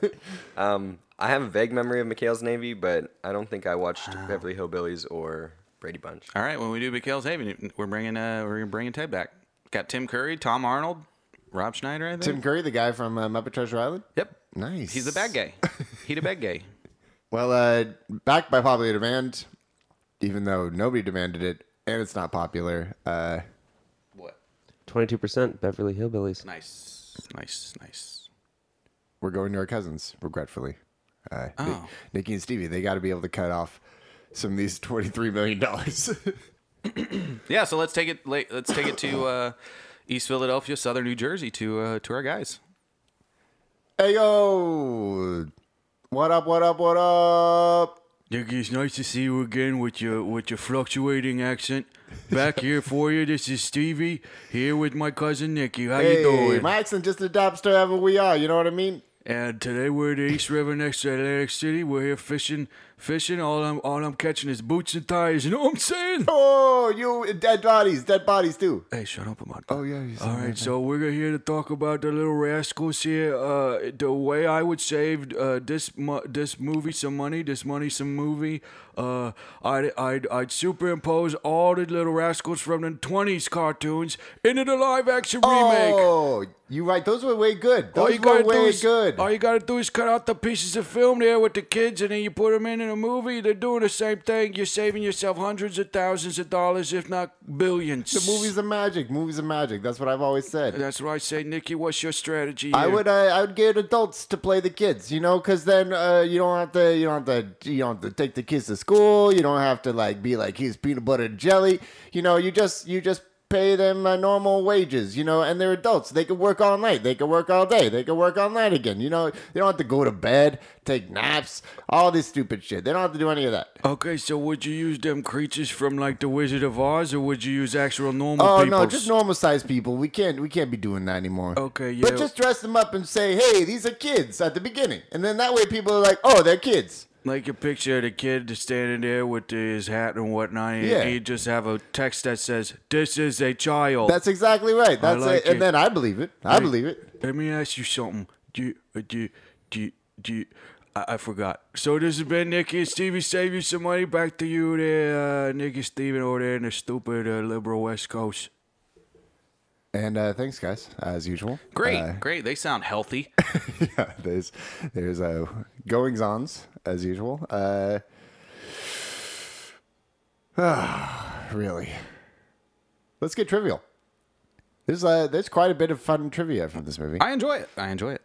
S4: um, I have a vague memory of McHale's Navy, but I don't think I watched
S1: Ah.
S4: Beverly Hillbillies or Brady Bunch.
S2: All right, when we do McHale's Haven, we're bringing uh we're bringing Ted back. Got Tim Curry, Tom Arnold, Rob Schneider. I think.
S1: Tim Curry, the guy from uh, Muppet Treasure Island.
S2: Yep.
S1: Nice.
S2: He's the bad guy. He the bad guy.
S1: Well, uh, backed by popular demand, even though nobody demanded it, and it's not popular. Uh,
S2: What?
S3: Twenty-two percent Beverly Hillbillies.
S2: Nice, nice, nice.
S1: we're going to our cousins, regretfully. Uh, Ni-
S2: Oh.
S1: Nikki and Stevie, they got to be able to cut off some of these twenty-three million dollars.
S2: Yeah, so let's take it. la- Let's take it to uh, East Philadelphia, Southern New Jersey, to uh, to our guys.
S1: hey yo, what up? What up? What up?
S6: Dick, it's nice to see you again with your with your fluctuating accent. Back here for you. This is Stevie here with my cousin Nikki. How you
S1: Hey,
S6: doing?
S1: my accent just adapts to wherever we are. You know what I mean?
S6: And today we're at the East River next to Atlantic City. We're here fishing, fishing. All I'm all I'm catching is boots and tires. You know what I'm saying?
S1: Oh, you dead bodies, dead bodies too.
S6: Hey, shut up about that.
S1: Oh yeah. You
S6: All right, so we're here to talk about the little rascals here. Uh, the way I would save uh, this mo- this movie some money, this money some movie. Uh, I'd, I'd I'd superimpose all the little rascals from the '20s cartoons into the live action remake.
S1: Oh, you right. Those were way good. Those were way
S6: is,
S1: good.
S6: All you gotta do is cut out the pieces of film there with the kids, and then you put them in in a movie. They're doing the same thing. You're saving yourself hundreds of thousands of dollars, if not billions.
S1: The movies are magic. Movies are magic. That's what I've always said.
S6: That's what I say, Nikki. What's your strategy?
S1: I
S6: here?
S1: would uh, I would get adults to play the kids, you know, because then uh, you don't have to you don't have to you don't have to take the kids to school. You don't have to like be like he's peanut butter and jelly. You know, you just you just pay them uh, normal wages, you know, and they're adults. They can work all night. They can work all day. They can work all night again. You know, they don't have to go to bed, take naps, all this stupid shit. They don't have to do any of that.
S6: Okay, so would you use them creatures from like the Wizard of Oz, or would you use actual normal
S1: Oh
S6: people?
S1: no, just normal sized people. We can't we can't be doing that anymore.
S6: Okay, yeah.
S1: But just dress them up and say, hey, these are kids at the beginning, and then that way people are like, oh, they're kids.
S6: like a picture of the kid just standing there with his hat and whatnot, and
S1: Yeah.
S6: you just have a text that says, "This is a child."
S1: That's exactly right. That's
S6: like
S1: it. And
S6: it.
S1: then I believe it. I believe it.
S6: Let me ask you something. Do you, uh, do you, do you, do you, I, I forgot. So this has been Nikki and Stevie. Save you some money. Back to you there, uh, Nikki Steven over there in the stupid uh, liberal West Coast.
S1: And uh, thanks, guys, as usual.
S2: Great,
S1: Uh,
S2: great. They sound healthy.
S1: yeah, there's there's uh, goings ons as usual. Uh, ah, really, let's get trivial. There's uh, there's quite a bit of fun trivia from this movie.
S2: I enjoy it. I enjoy it.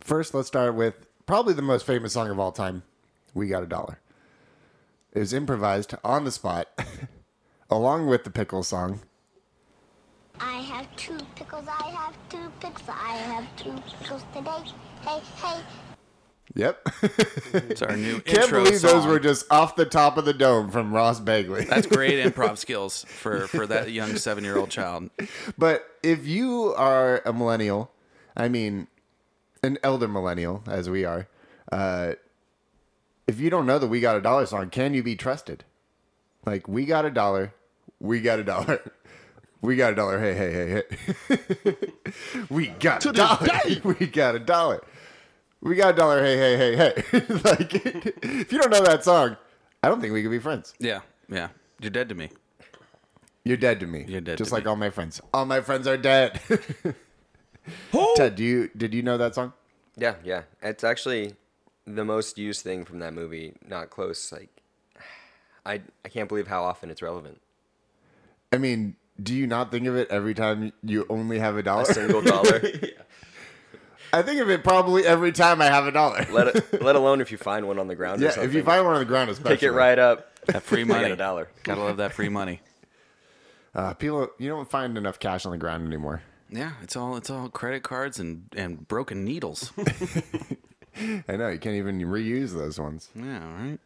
S1: First, let's start with probably the most famous song of all time, We Got a Dollar. It was improvised on the spot, along with the pickle song.
S7: I have two pickles, I have two pickles, I have two pickles today. Hey, hey,
S1: Yep.
S2: It's our new
S1: Can't
S2: intro
S1: believe those
S2: song.
S1: were just off the top of the dome from Ross Bagley.
S2: That's great improv skills for for that young seven year old child.
S1: but if you are a millennial, I mean, an elder millennial, as we are, uh, if you don't know that We Got a Dollar song, can you be trusted? Like, we got a dollar, we got a dollar, we got a dollar, hey, hey, hey, hey. we got a dollar, we got a dollar, we got a dollar, hey, hey, hey, hey. like, if you don't know that song, I don't think we could be friends.
S2: Yeah, yeah. You're dead to me.
S1: You're dead to me.
S2: You're dead
S1: Just
S2: to
S1: like
S2: me.
S1: all my friends. All my friends are dead. Ted, do you did you know that song?
S4: Yeah, yeah. It's actually the most used thing from that movie. Not close. Like, I I can't believe how often it's relevant.
S1: I mean, do you not think of it every time you only have a dollar?
S4: A single dollar.
S1: I think of it probably every time I have a dollar.
S4: let it, let alone if you find one on the ground. or
S1: yeah,
S4: something.
S1: if you find one on the ground, especially
S4: pick it right up.
S2: That free
S4: I got
S2: money.
S4: a dollar.
S2: Gotta love that free money.
S1: Uh, people, you don't find enough cash on the ground anymore.
S2: Yeah, it's all it's all credit cards and and broken needles.
S1: I know you can't even reuse those ones.
S2: Yeah, right.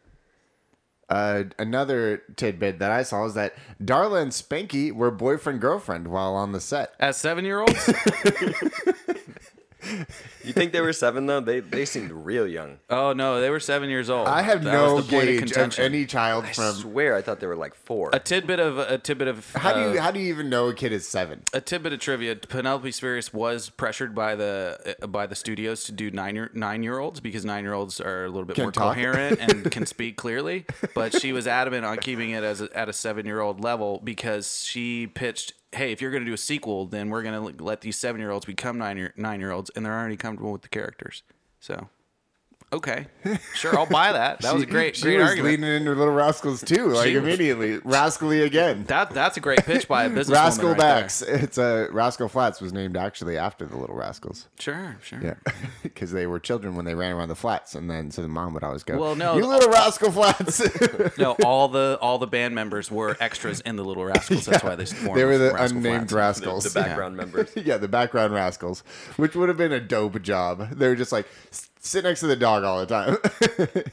S1: Uh, another tidbit that I saw is that Darla and Spanky were boyfriend girlfriend while on the set.
S2: As seven year olds.
S4: You think they were seven though? They they seemed real young.
S2: Oh no, they were seven years old.
S1: I have
S2: Oh, That
S1: no
S2: was the point of
S1: gauge of,
S2: contention.
S1: any child
S4: I
S1: from.
S4: swear I thought they were like four.
S2: A tidbit of a tidbit of
S1: How do you
S2: uh,
S1: how do you even know a kid is seven?
S2: a tidbit of trivia. Penelope Spheris was pressured by the uh, by the studios to do nine year, nine year olds because nine year olds are a little bit
S1: Can
S2: more
S1: talk.
S2: coherent and can speak clearly. But she was adamant on keeping it as a, at a seven year old level because she pitched, "Hey, if you're going to do a sequel, then we're going to let these seven year olds become nine year nine year olds, and they're already comfortable with the characters." So. Okay, sure, I'll buy that. That was a great,
S1: She
S2: great
S1: was
S2: argument.
S1: leaning into Little Rascals too, like
S2: was-
S1: immediately. Rascally again.
S2: That that's a great pitch by a business.
S1: Rascal
S2: right there.
S1: Backs. It's a Rascal Flats was named actually after the Little Rascals.
S2: Sure, sure.
S1: Yeah, because they were children when they ran around the flats, and then so the mom would always go,
S2: Well, no,
S1: you
S2: the-
S1: Little Rascal Flats."
S2: No, all the all the band members were extras in the Little Rascals. That's why they formed.
S1: they were the
S2: Rascal
S1: unnamed
S2: Flats.
S1: rascals.
S4: the background members.
S1: yeah, the background rascals, which would have been a dope job. They were just like "S- sit next to the dog all the time.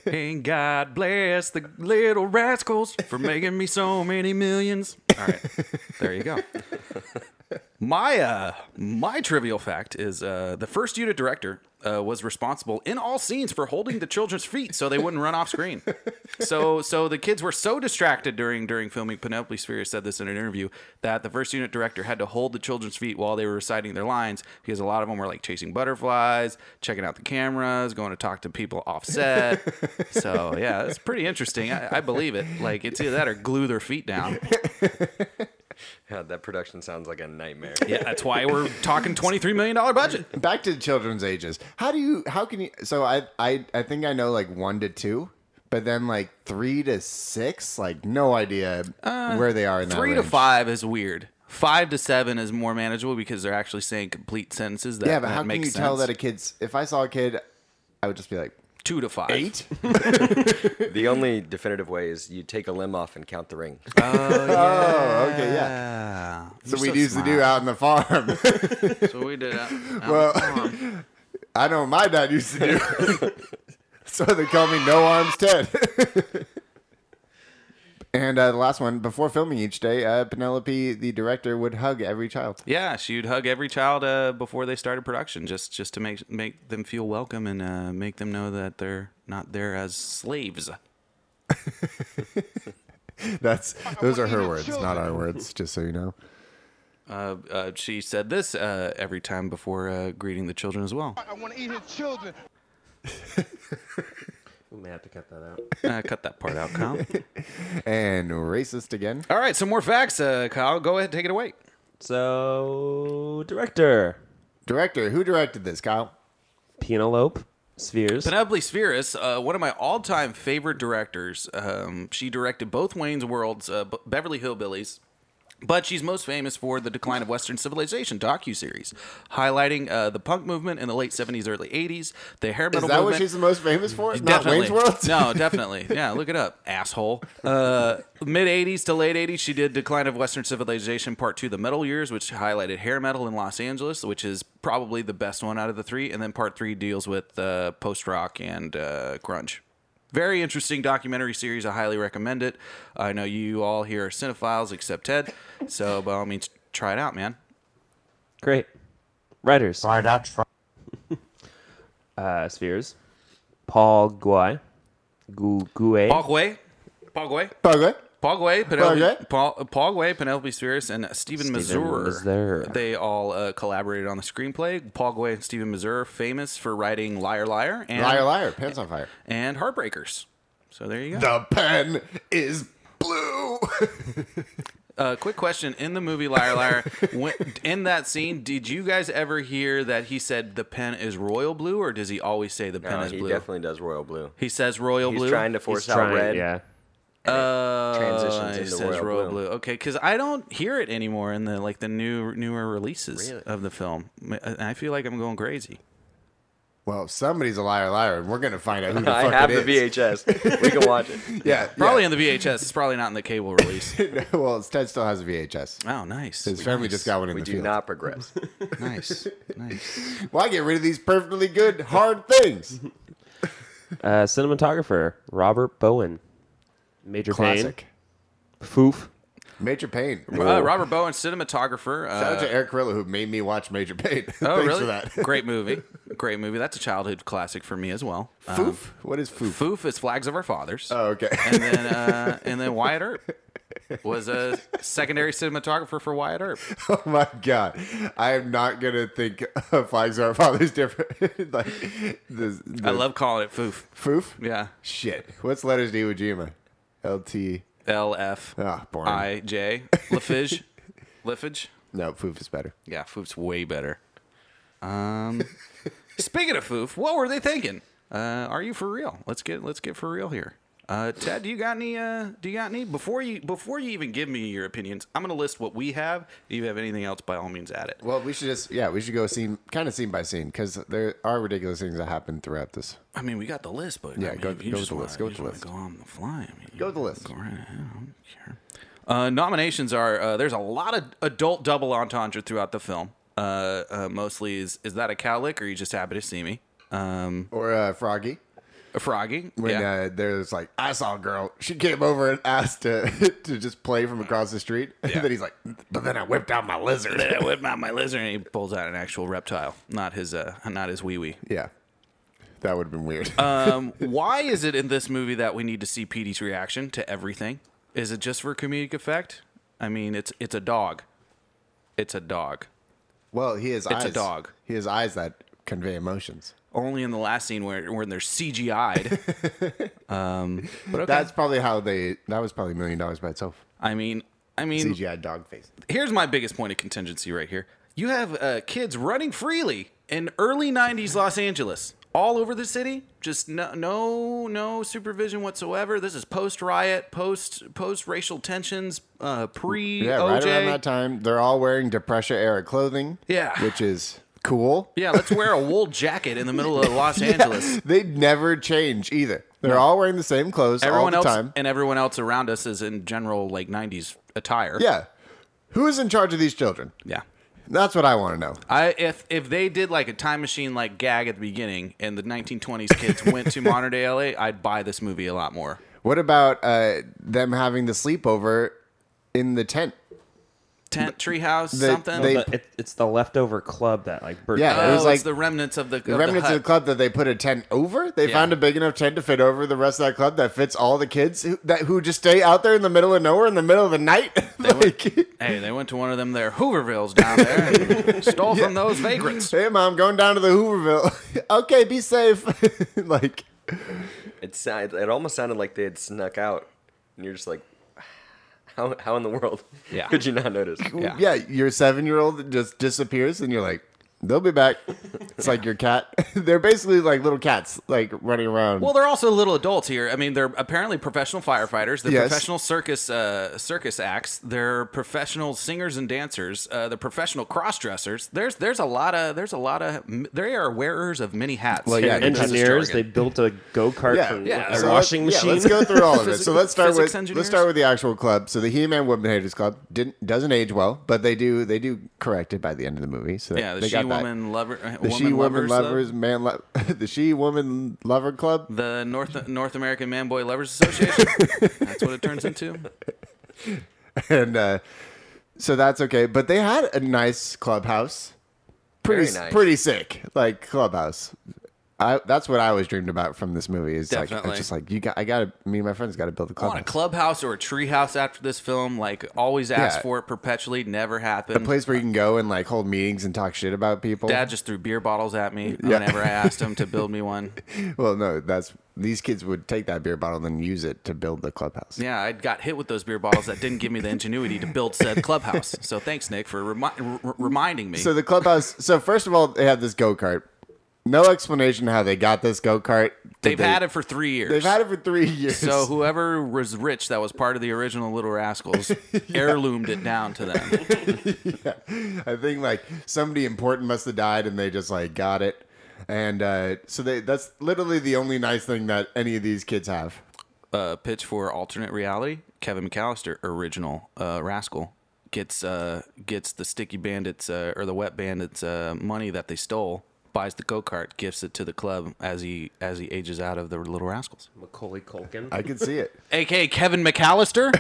S2: And God bless the Little Rascals for making me so many millions. All right, there you go. My uh, my trivial fact is uh, the first unit director uh, was responsible in all scenes for holding the children's feet so they wouldn't run off screen. So so the kids were so distracted during during filming. Penelope Spheres said this in an interview that the first unit director had to hold the children's feet while they were reciting their lines because a lot of them were like chasing butterflies, checking out the cameras, going to talk to people offset. so yeah, it's pretty interesting. I, I believe it. Like it's either that or glue their feet down.
S4: God, that production sounds like a nightmare.
S2: Yeah, that's why we're talking twenty three million dollar budget.
S1: Back to children's ages. How do you? How can you? So I, I, I think I know like one to two. But then, like three to six, like no idea where they are in that
S2: Uh, Three to
S1: range.
S2: five is weird. Five to seven is more manageable because they're actually saying complete sentences that,
S1: Yeah, but
S2: that
S1: how can
S2: make
S1: you
S2: sense.
S1: tell that a kid's? If I saw a kid, I would just be like,
S2: two to five? Eight?
S4: The only definitive way is you take a limb off and count the ring.
S1: "Oh, okay, yeah."
S2: Yeah.
S1: So we used to do out on the farm.
S2: So we did out, out
S1: Well-
S2: well,
S1: I know my dad used to do. so they call me No Arms Ted. and uh, the last one, before filming each day, uh, Penelope, the director, would hug every child.
S2: Yeah, she would hug every child uh, before they started production just just to make make them feel welcome and uh, make them know that they're not there as slaves.
S1: That's those are her words, not our words. Just so you know.
S2: Uh, uh, she said this uh, every time before uh, greeting the children as well.
S8: I want to eat his children.
S3: We may have to cut that out.
S2: Uh, cut that part out, Kyle.
S1: And racist again.
S2: All right, some more facts, uh, Kyle. Go ahead, take it away.
S3: So, director
S1: Director, who directed this, Kyle?
S3: Penelope Spheres.
S2: Penelope Spheris, uh, one of my all-time favorite directors. Um, she directed both Wayne's Worlds, uh, B- Beverly Hillbillies, but she's most famous for the Decline of Western Civilization docu-series, highlighting uh, the punk movement in the late '70s, early '80s, the hair
S1: Is
S2: metal
S1: that what
S2: movement.
S1: she's the most famous for? Not
S2: Definitely.
S1: Wayne's World?
S2: no, definitely. Yeah, look it up, asshole. Uh, Mid 80s to late 80s, she did Decline of Western Civilization Part 2, The Metal Years, which highlighted hair metal in Los Angeles, which is probably the best one out of the three. And then Part 3 deals with uh, post rock and uh, grunge. Very interesting documentary series. I highly recommend it. I know you all here are cinephiles except Ted. So by all means, try it out, man.
S3: Great. Writers.
S5: Try that. Try.
S3: Uh, Spheres. Paul Guai. Gu- Guai.
S2: Pogway. Pogway.
S1: Okay.
S2: Pogway, Penelope,
S1: Pogway?
S2: Paul, Pogway, Penelope Spheris, and Stephen Mazur.
S3: Mazur.
S2: They all uh, collaborated on the screenplay. Pogway and Stephen Mazur, famous for writing Liar Liar and,
S1: Liar, liar, pants on fire.
S2: and Heartbreakers. So there you go.
S1: The pen is blue.
S2: Uh, quick question: In the movie Liar Liar, when, in that scene, did you guys ever hear that he said the pen is royal blue, or does he always say the pen
S4: No,
S2: is
S4: he
S2: blue?
S4: definitely does royal blue.
S2: he says royal
S4: He's
S2: blue.
S4: trying to force
S3: He's
S4: out
S3: trying-
S4: red.
S3: Yeah.
S2: Uh,
S4: transitions
S2: it
S4: into
S2: says
S4: royal blue.
S2: Okay, because I don't hear it anymore in the like the new newer releases
S4: Really?
S2: of the film. M- and I feel like I'm going crazy.
S1: well, somebody's a liar, liar, and we're going to find out who the fuck
S4: I have
S1: it
S4: the
S1: is.
S4: VHS. we can watch it.
S1: Yeah,
S2: Probably
S1: probably.
S2: in the VHS. It's probably not in the cable release.
S1: well, Ted still has a VHS.
S2: oh, nice.
S1: His family just got one in
S4: We
S1: the
S4: do
S1: field.
S4: not progress.
S2: nice, nice.
S1: Why get rid of these perfectly good hard things?
S3: Uh, cinematographer Robert Bowen. Major
S1: Classic.
S3: Payne. Foof.
S1: Major Pain.
S2: Uh, Robert Bowen, cinematographer.
S1: Shout out
S2: Uh,
S1: to Eric Carrillo who made me watch Major Pain.
S2: oh,
S1: Thanks
S2: really?
S1: for that.
S2: Great movie. Great movie. That's a childhood classic for me as well. Uh,
S1: Foof? What is foof?
S2: Foof is Flags of Our Fathers.
S1: Oh, okay.
S2: and then uh, and then Wyatt Earp was a secondary cinematographer for Wyatt Earp.
S1: oh my god, I am not gonna think of flags are our fathers different. like the, the
S2: I love calling it Foof.
S1: foof.
S2: Yeah.
S1: Shit. What's letters to Iwo Jima? L T.
S2: L F
S1: Ah, boring.
S2: I J Lafige. Lafige.
S1: No, foof is better.
S2: Yeah, foof's way better. Um, speaking of foof, what were they thinking? Uh, are you for real? Let's get let's get for real here. Uh, Ted, do you got any? Uh, do you got any? Before you before you even give me your opinions, I'm gonna list what we have. If you have anything else, by all means, add it.
S1: Well, we should just yeah, we should go scene kind of scene by scene because there are ridiculous things that happen throughout this.
S2: I mean, we got the list, but
S1: Yeah,
S2: I mean,
S1: go-
S2: if you
S1: go
S2: just
S1: with the
S2: wanna-
S1: list, go
S2: you
S1: with the
S2: just
S1: list.
S2: wanna Go on the fly. I mean,
S1: Go with the list.
S2: Go right ahead. I don't care. Uh, nominations are uh, there's a lot of adult double entendre throughout the film. Uh, uh, mostly is is that a cowlick or you just happy to see me? Um,
S1: Or uh, Froggy
S2: a froggy.
S1: when
S2: yeah.
S1: uh, there's like I saw a girl. She came over and asked to to just play from across the street. and then he's like,
S5: But then I whipped out my lizard.
S2: I whip out my lizard and he pulls out an actual reptile, not his uh, not his wee wee.
S1: yeah, that would have been weird.
S2: Um, why is it in this movie that we need to see Petey's reaction to everything? Is it just for comedic effect? I mean, it's it's a dog. It's a dog.
S1: well, he has eyes.
S2: a dog.
S1: He has eyes that convey emotions.
S2: only in the last scene where when they're CGI'd. um, but okay.
S1: That's probably how they. That was probably a million dollars by itself.
S2: I mean, I mean,
S1: CGI dog face.
S2: here's my biggest point of contingency right here. You have uh, kids running freely in early '90s Los Angeles, all over the city. Just no, no, no supervision whatsoever. This is post riot, post post racial tensions, uh, pre
S1: Yeah,
S2: OJ.
S1: right around that time, they're all wearing Depression era clothing.
S2: Yeah.
S1: which is cool.
S2: yeah, let's wear a wool jacket in the middle of Los Angeles.
S1: They never change either. They're all wearing the same clothes
S2: Everyone
S1: all
S2: else
S1: the time.
S2: and everyone else around us is in general like '90s attire.
S1: Yeah, who is in charge of these children?
S2: yeah.
S1: That's what I want to know.
S2: I if if they did like a time machine like gag at the beginning and the 1920s kids went to modern day LA, I'd buy this movie a lot more.
S1: What about uh, them having the sleepover in the tent?
S2: Tent, treehouse,
S1: They-
S2: something.
S1: they-
S2: They,
S3: The- it, it's the leftover club that like burnt
S1: Yeah,
S2: oh,
S1: it was
S2: it's
S1: like
S2: the remnants of the,
S1: The remnants of the club that they put a tent over. They
S2: Yeah.
S1: found a big enough tent to fit over the rest of that club that fits all the kids who, that who just stay out there in the middle of nowhere in the middle of the night. like,
S2: Hey, they went to one of them there Hoovervilles down there, and stole from those vagrants.
S1: hey mom, going down to the Hooverville. okay, be safe. like,
S4: It sounded, it almost sounded like they had snuck out, and you're just like, How, how in the world
S2: Yeah.
S4: could you not notice?
S1: Yeah. your seven year old just disappears, and you're like, they'll be back. It's like your cat. they're basically like little cats, like running around.
S2: Well, they're also little adults here. I mean, they're apparently professional firefighters. They're
S1: Yes.
S2: professional circus uh, circus acts. They're professional singers and dancers. Uh, they're professional cross dressers. There's there's a lot of there's a lot of they are wearers of many hats.
S1: Well, yeah,
S2: This is
S3: Engineers, they
S2: jargon.
S3: built a go kart
S1: yeah,
S3: from
S2: yeah.
S3: a
S1: So
S3: washing
S1: let's-
S3: machine.
S1: Yeah, let's go through all of it. So let's start
S2: Physics
S1: with
S2: engineers?
S1: let's start with the actual club. So the He-Man Woman Haters Club didn't doesn't age well, but they do they do correct it by the end of the movie. So
S2: yeah, the
S1: they
S2: she
S1: got that.
S2: woman lover, uh,
S1: the
S2: woman
S1: she woman
S2: lovers,
S1: lovers,
S2: uh,
S1: man, lo- the she woman lover club.
S2: the North North American Man Boy Lovers Association. That's what it turns into.
S1: and uh, so that's okay. But they had a nice clubhouse, pretty
S4: Very nice.
S1: pretty sick, like clubhouse. I that's what I always dreamed about from this movie. Is like
S2: Definitely.
S1: it's just like you got I got to me and my friends got to build a
S2: I want a
S1: clubhouse.
S2: clubhouse or a treehouse after this film. Like always ask
S1: Yeah.
S2: for it perpetually. Never happened.
S1: a place where you can go and like hold meetings and talk shit about people.
S2: Dad just threw beer bottles at me whenever I asked him to build me one.
S1: Well, no, that's these kids would take that beer bottle and then use it to build the clubhouse.
S2: Yeah, I got hit with those beer bottles that didn't give me the ingenuity to build said clubhouse. So thanks, Nick, for remi- r- reminding me.
S1: So the clubhouse. so first of all, they have this go kart. No explanation how they got this go kart.
S2: they've had it for three years.
S1: They've had it for three years.
S2: so whoever was rich that was part of the original Little Rascals heirloomed it down to them.
S1: I think like somebody important must have died, and they just like got it. And uh, so they, that's literally the only nice thing that any of these kids have.
S2: Uh, pitch for alternate reality. Kevin McAllister, original uh, Rascal, gets uh, gets the Sticky Bandits uh, or the Wet Bandits uh, money that they stole. Buys the go kart, gifts it to the club as he as he ages out of the Little Rascals.
S3: Macaulay Culkin.
S1: I can see it.
S2: A.K. Kevin McAllister.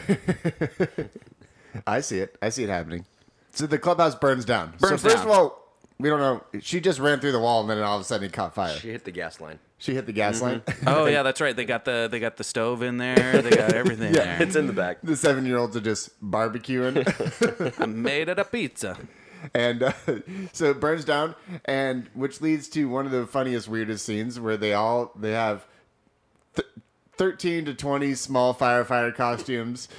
S1: I see it. I see it happening. So the clubhouse burns down.
S2: Burns
S1: so first
S2: down.
S1: of all, we don't know. She just ran through the wall, and then all of a sudden it caught fire.
S4: She hit the gas line.
S1: She hit the gas line.
S2: Oh yeah, that's right. They got the they got the stove in there. They got everything there.
S4: It's in the back.
S1: the seven year olds are just barbecuing.
S2: I made it a pizza.
S1: and uh, so it burns down, and which leads to one of the funniest, weirdest scenes where they all they have. Th- 13 to 20 small firefighter costumes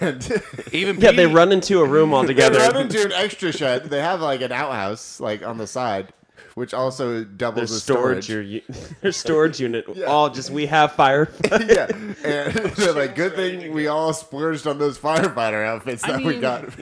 S1: and
S2: Even
S3: yeah, they
S2: Petey-
S3: run into a room all
S1: they
S3: together.
S1: run into an extra shed they have like an outhouse like on the side which also
S3: Their
S1: doubles as
S3: storage,
S1: storage,
S3: u- their storage unit. All just we have fire.
S1: yeah and they're like good thing we all splurged on those firefighter outfits that we
S2: mean-
S1: got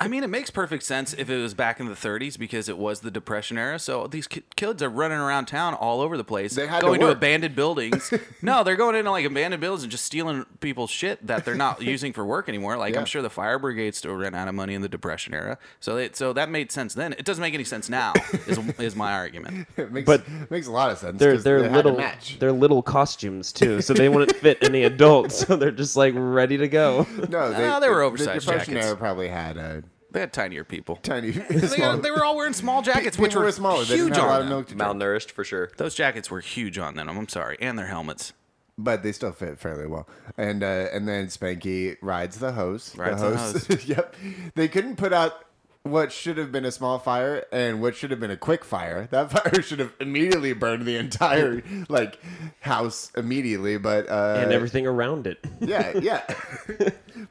S2: I mean, it makes perfect sense if it was back in the 30s because it was the Depression era. So these ki- kids are running around town all over the place,
S1: They had to
S2: going to,
S1: work.
S2: abandoned buildings. no, they're going into like abandoned buildings and just stealing people's shit that they're not using for work anymore. Like
S1: Yeah.
S2: I'm sure the fire brigade still ran out of money in the Depression era. So they, so that made sense then. It doesn't make any sense now. is, is my argument.
S1: it makes,
S3: But
S1: makes a lot of sense
S3: They're
S1: 'cause
S3: they're
S1: they had to
S3: little
S1: match.
S3: they're little costumes too, so they wouldn't fit any adult. So they're just like ready to go.
S1: No, they,
S2: they were
S1: the-
S2: oversized
S1: The Depression
S2: jackets.
S1: era probably had a
S2: They had tinier people.
S1: tiny.
S2: They, got- they were all wearing small jackets, which were,
S1: smaller. They
S2: huge
S1: didn't have a
S2: on
S1: lot of
S2: them.
S1: milk to drink,
S4: Malnourished for sure.
S2: Those jackets were huge on them. I'm sorry, and their helmets.
S1: but they still fit fairly well. And uh, and then Spanky rides the hose.
S2: Rides the
S1: the hose. yep. They couldn't put out what should have been a small fire and what should have been a quick fire. That fire should have immediately burned the entire like house immediately. But uh,
S3: and everything around it.
S1: yeah, yeah.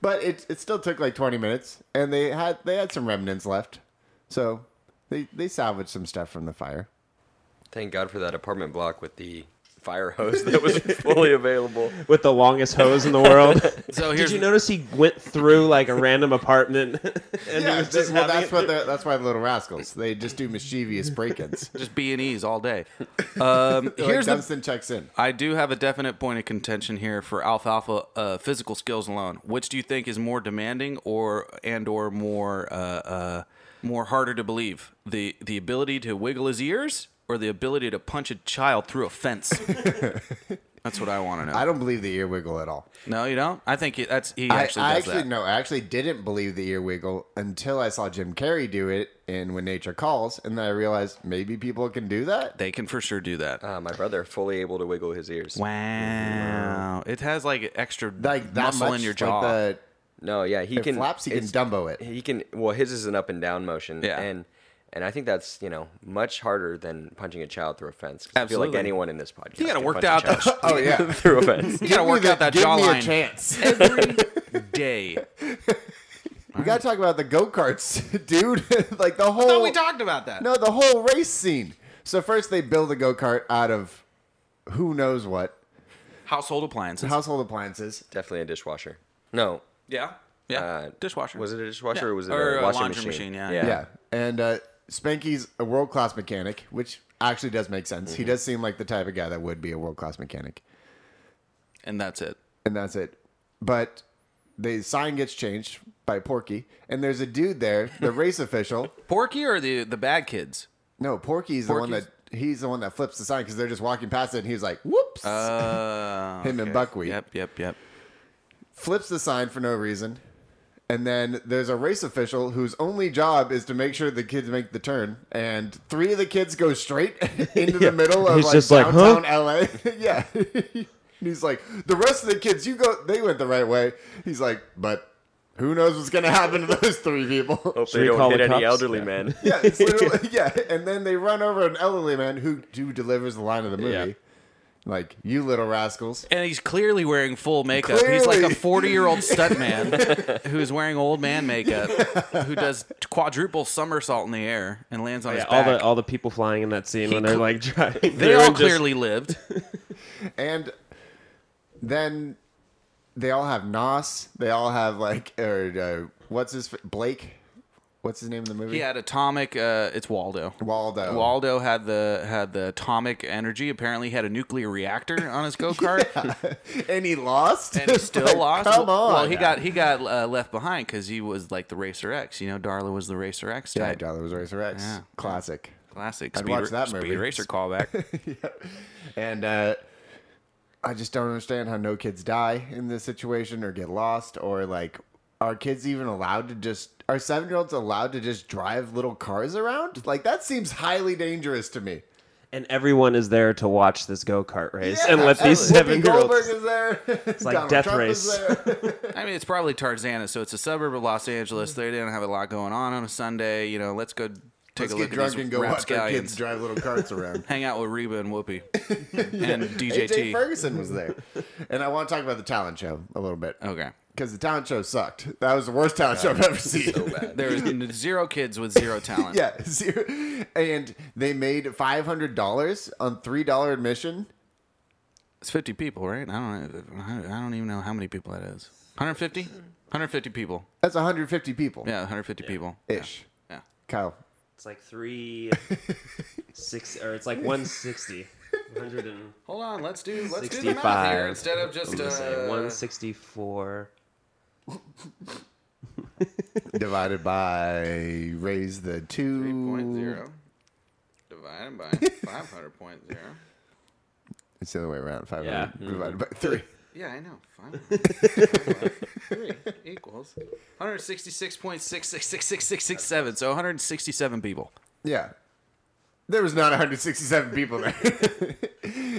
S1: but it it still took like twenty minutes, and they had they had some remnants left, so they they salvaged some stuff from the fire.
S4: Thank God for that apartment block with the fire hose that was fully available.
S3: with the longest hose in the world.
S2: So
S3: Did
S2: here's
S3: you notice he went through like a random apartment and he
S1: Yeah,
S3: was just
S1: well,
S3: having
S1: that's
S3: it-
S1: what they're- that's why the little rascals they just do mischievous break-ins.
S2: just B and E's all day. Um,
S1: Here's like
S2: here's the.
S1: Dunstan checks in.
S2: I do have a definite point of contention here for alfalfa uh, physical skills alone. Which do you think is more demanding, or and or more uh, uh, more harder to believe the the ability to wiggle his ears or the ability to punch a child through a fence? That's what I want to know.
S1: I don't believe the ear wiggle at all.
S2: no, you don't. I think he, that's he
S1: I,
S2: actually
S1: I
S2: does
S1: actually
S2: that.
S1: no, I actually didn't believe the ear wiggle until I saw Jim Carrey do it in When Nature Calls, and then I realized maybe people can do that.
S2: They can for sure do that.
S4: Uh, my brother, fully able to wiggle his ears.
S2: Wow. It has like extra
S1: Like that
S2: muscle
S1: much,
S2: in your
S1: like
S2: jaw.
S1: the-
S4: No, yeah, he
S1: it
S4: can
S1: flaps, he can
S4: it's-
S1: Dumbo it.
S4: He can. Well, his is an up and down motion.
S2: Yeah.
S4: and and I think that's you know much harder than punching a child through a fence. 'cause I feel
S2: Absolutely.
S4: like anyone in this podcast,
S2: you got to
S4: can
S2: work
S4: punch a
S2: out
S4: child
S2: that.
S1: Oh yeah,
S4: through a fence.
S2: You got to work out that
S1: give me a
S2: jawline.
S1: chance.
S2: Every day.
S1: We gotta talk about the go karts, dude. like the whole
S2: Oh. No, we talked about that.
S1: No, the whole race scene. So first they build a go kart out of who knows what
S2: Household appliances.
S1: household appliances.
S4: Definitely a dishwasher. No.
S2: yeah. Yeah.
S4: Uh,
S2: dishwasher.
S4: Was it a dishwasher
S2: Yeah.
S4: or was it
S2: Or
S4: a
S2: a
S4: washing
S2: laundry
S4: machine?
S2: machine, yeah.
S1: Yeah, and uh, Spanky's a world class mechanic, which actually does make sense. He does seem like the type of guy that would be a world class mechanic,
S2: And that's it.
S1: and that's it. But the sign gets changed by Porky, and there's a dude there, the race official.
S2: Porky or the the bad kids?
S1: No, Porky's the one
S2: Porky's-
S1: that he's the one that flips the sign because they're just walking past it, and he's like, "Whoops!"
S3: Oh,
S2: Uh,
S1: Him and Buckwheat.
S2: Yep, yep, yep.
S1: flips the sign for no reason. And then there's a race official whose only job is to make sure the kids make the turn. And three of the kids go straight into the middle of
S3: He's
S1: like,
S3: just like,
S1: downtown LA. yeah. and he's like, the rest of the kids, you go, they went the right way. He's like, but who knows what's going to happen to those three people?
S4: Hope
S3: Should
S4: they
S3: we call
S4: don't hit
S3: the
S4: any
S3: cops?
S4: elderly
S3: Yeah.
S4: men.
S1: yeah, it's literally, yeah. And then they run over an elderly man who, who delivers the line of the movie.
S3: Yeah.
S1: Like, you little rascals.
S2: And he's clearly wearing full makeup. He's like a
S1: Clearly.
S2: 40 year old stuntman who's wearing old man makeup, who does quadruple somersault in the air and lands on
S3: Yeah,
S2: his
S3: all
S2: back.
S3: the all the people flying in that scene when they're
S2: cl-
S3: like driving.
S2: they all clearly lived.
S1: And then they all have Nos. They all have like or uh, what's his Blake? What's his name in the movie?
S2: He had atomic. Uh, it's Waldo.
S1: Waldo.
S2: Waldo had the had the atomic energy. Apparently, he had a nuclear reactor on his go kart,
S1: and he lost.
S2: and he still
S1: Like,
S2: lost.
S1: Come on.
S2: Well, he got he got uh, left behind because he was like the Racer X. You know, Darla was the Racer X
S1: yeah,
S2: type.
S1: Dollar was Racer X.
S2: Yeah.
S1: Classic.
S2: Classic.
S1: I'd
S2: speed,
S1: watch that
S2: speed
S1: movie.
S2: racer callback.
S1: And uh, I just don't understand how no kids die in this situation or get lost or like are kids even allowed to just are seven year olds allowed to just drive little cars around? Like that seems highly dangerous to me.
S3: and everyone is there to watch this go kart race and let
S1: absolutely.
S3: these seven
S1: Whoopi
S3: year
S1: Goldberg
S3: olds.
S1: is there. It's
S3: like Death Race.
S2: I mean, it's probably Tarzana, so it's a suburb of Los Angeles. They didn't have a lot going on on a Sunday. You know, let's go take
S1: Let's
S2: a
S1: get
S2: look
S1: drunk
S2: at these
S1: and go watch their kids
S2: rapscallions.
S1: drive little carts around.
S2: Hang out with Reba and Whoopi and
S1: AJ
S2: DJT.
S1: Ferguson was there, and I want to talk about the talent show a little bit.
S2: Okay.
S1: Because the talent show sucked. That was the worst talent show I've ever seen.
S2: There was n- zero kids with zero talent.
S1: yeah, zero. and they made five hundred dollars on three dollar admission.
S2: It's 50 people, right? I don't I don't even know how many people that is. 150? 150 people.
S1: That's one hundred fifty people
S2: Yeah, 150 people.
S1: ish.
S2: Yeah.
S1: Kyle,
S3: It's like three, six, or it's like one sixty.
S2: Hold on, let's do let's
S3: do the math here 65. instead
S2: of just uh,
S3: One sixty four.
S1: divided by raise the two.
S2: divided by 500.0.
S1: It's the other way around. Five
S3: Yeah.
S1: hundred divided by
S2: Mm-hmm.
S1: three.
S2: Yeah, I know. Fine. Three equals 166.666667. So 167 people.
S1: Yeah. There was not 167 people there.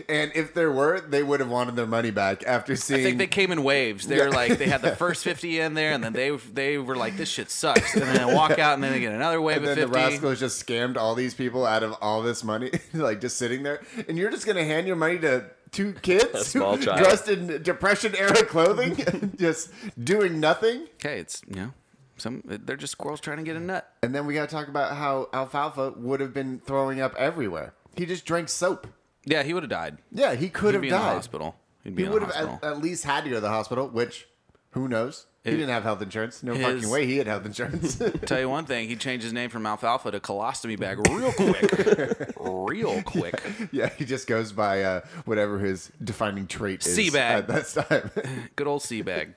S1: and if there were, they would have wanted their money back after seeing.
S2: I think they came in waves. They were
S1: Yeah.
S2: like they had the first 50 in there, and then they they were like this shit sucks, and then they walk out, and then they get another wave
S1: and then
S2: of
S1: the
S2: 50.
S1: rascals just scammed all these people out of all this money, like just sitting there. And you're just going to hand your money to two kids
S4: small
S1: who-
S4: child.
S1: dressed in Depression era clothing, just doing nothing.
S2: Okay, it's you know some they're just squirrels trying to get a nut.
S1: And then we got to talk about how Alfalfa would have been throwing up everywhere. He just drank soap.
S2: Yeah, he would have died.
S1: Yeah, he could
S2: He'd
S1: have
S2: be in the
S1: died.
S2: hospital. He'd be
S1: He
S2: in the
S1: would have
S2: hospital.
S1: at, at least had to go to the hospital, which who knows?
S2: It-
S1: he didn't have health insurance. No
S2: his-
S1: fucking way he had health insurance.
S2: Tell you one thing, he changed his name from Alfalfa to Colostomy Bag real quick, real quick.
S1: yeah, he just goes by uh, whatever his defining trait is
S2: Seabag.
S1: at that time.
S2: Good old sea bag.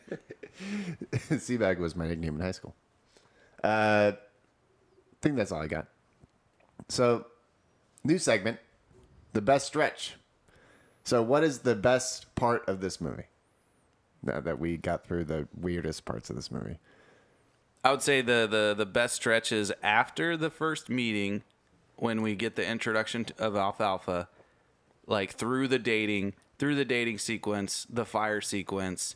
S1: Seabag was my nickname in high school. Uh, I think that's all I got. So, new segment, the best stretch. So, what is the best part of this movie? Now that we got through the weirdest parts of this movie.
S2: I would say the the the best stretch is after the first meeting, when we get the introduction t- of Alfalfa, like through the dating, through the dating sequence, the fire sequence,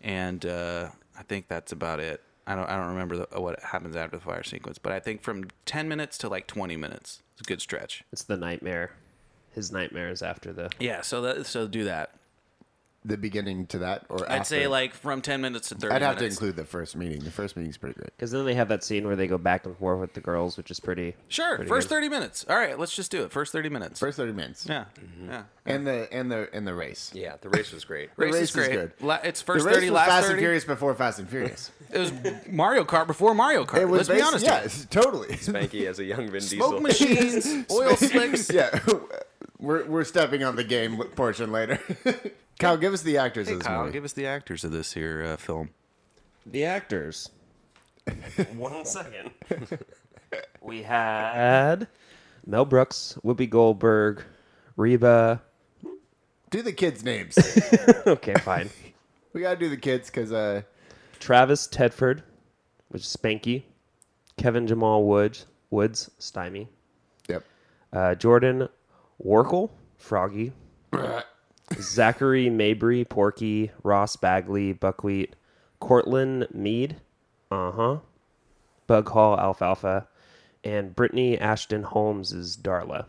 S2: and uh, I think that's about it. I don't I don't remember the, what happens after the fire sequence, but I think from ten minutes to like twenty minutes, it's a good stretch.
S3: It's the nightmare. His nightmare is after the.
S2: Yeah, so that so do that.
S1: the beginning to that, or
S2: I'd say
S1: after?
S2: like from 10 minutes to 30
S1: I'd have to
S2: minutes.
S1: include the first meeting. The first meeting's pretty great.
S3: Because then they have that scene where they go back and forth with the girls, which is pretty.
S2: Sure,
S3: pretty
S2: first
S3: good.
S2: 30 minutes. All right, let's just do it. First 30 minutes.
S1: First thirty minutes.
S2: yeah. Yeah.
S1: And the and the and the race.
S4: Yeah, the race was great.
S2: Race,
S1: race
S2: is
S1: is
S2: great.
S1: good.
S2: La- it's first
S1: the race
S2: 30
S1: was
S2: last
S1: Fast
S2: 30.
S1: and Furious before Fast and Furious.
S2: It was Mario Kart before Mario Kart.
S1: It was
S2: let's be
S1: basi-
S2: honest.
S1: Yeah,
S2: here.
S1: it's- totally.
S4: Spanky as a young Vin Diesel.
S2: Smoke machines, oil slicks.
S1: yeah, we're we're stepping on the game portion later. Kyle, give us the actors of this
S2: Kyle,
S1: movie.
S2: give us the actors of this here uh, film.
S3: The actors. One second. we had Mel Brooks, Whoopi Goldberg, Reba.
S1: do the kids' names.
S3: Okay, fine.
S1: we gotta do the kids because uh,
S3: Travis Tedford, which is Spanky. Kevin Jamal Woods, Woods Stymie.
S1: yep.
S3: Uh, Jordan Warkle, Froggy. Zachary Mabry, Porky. Ross Bagley, Buckwheat. Cortland Mead, uh huh. Bug Hall, Alfalfa. And Brittany Ashton Holmes is Darla.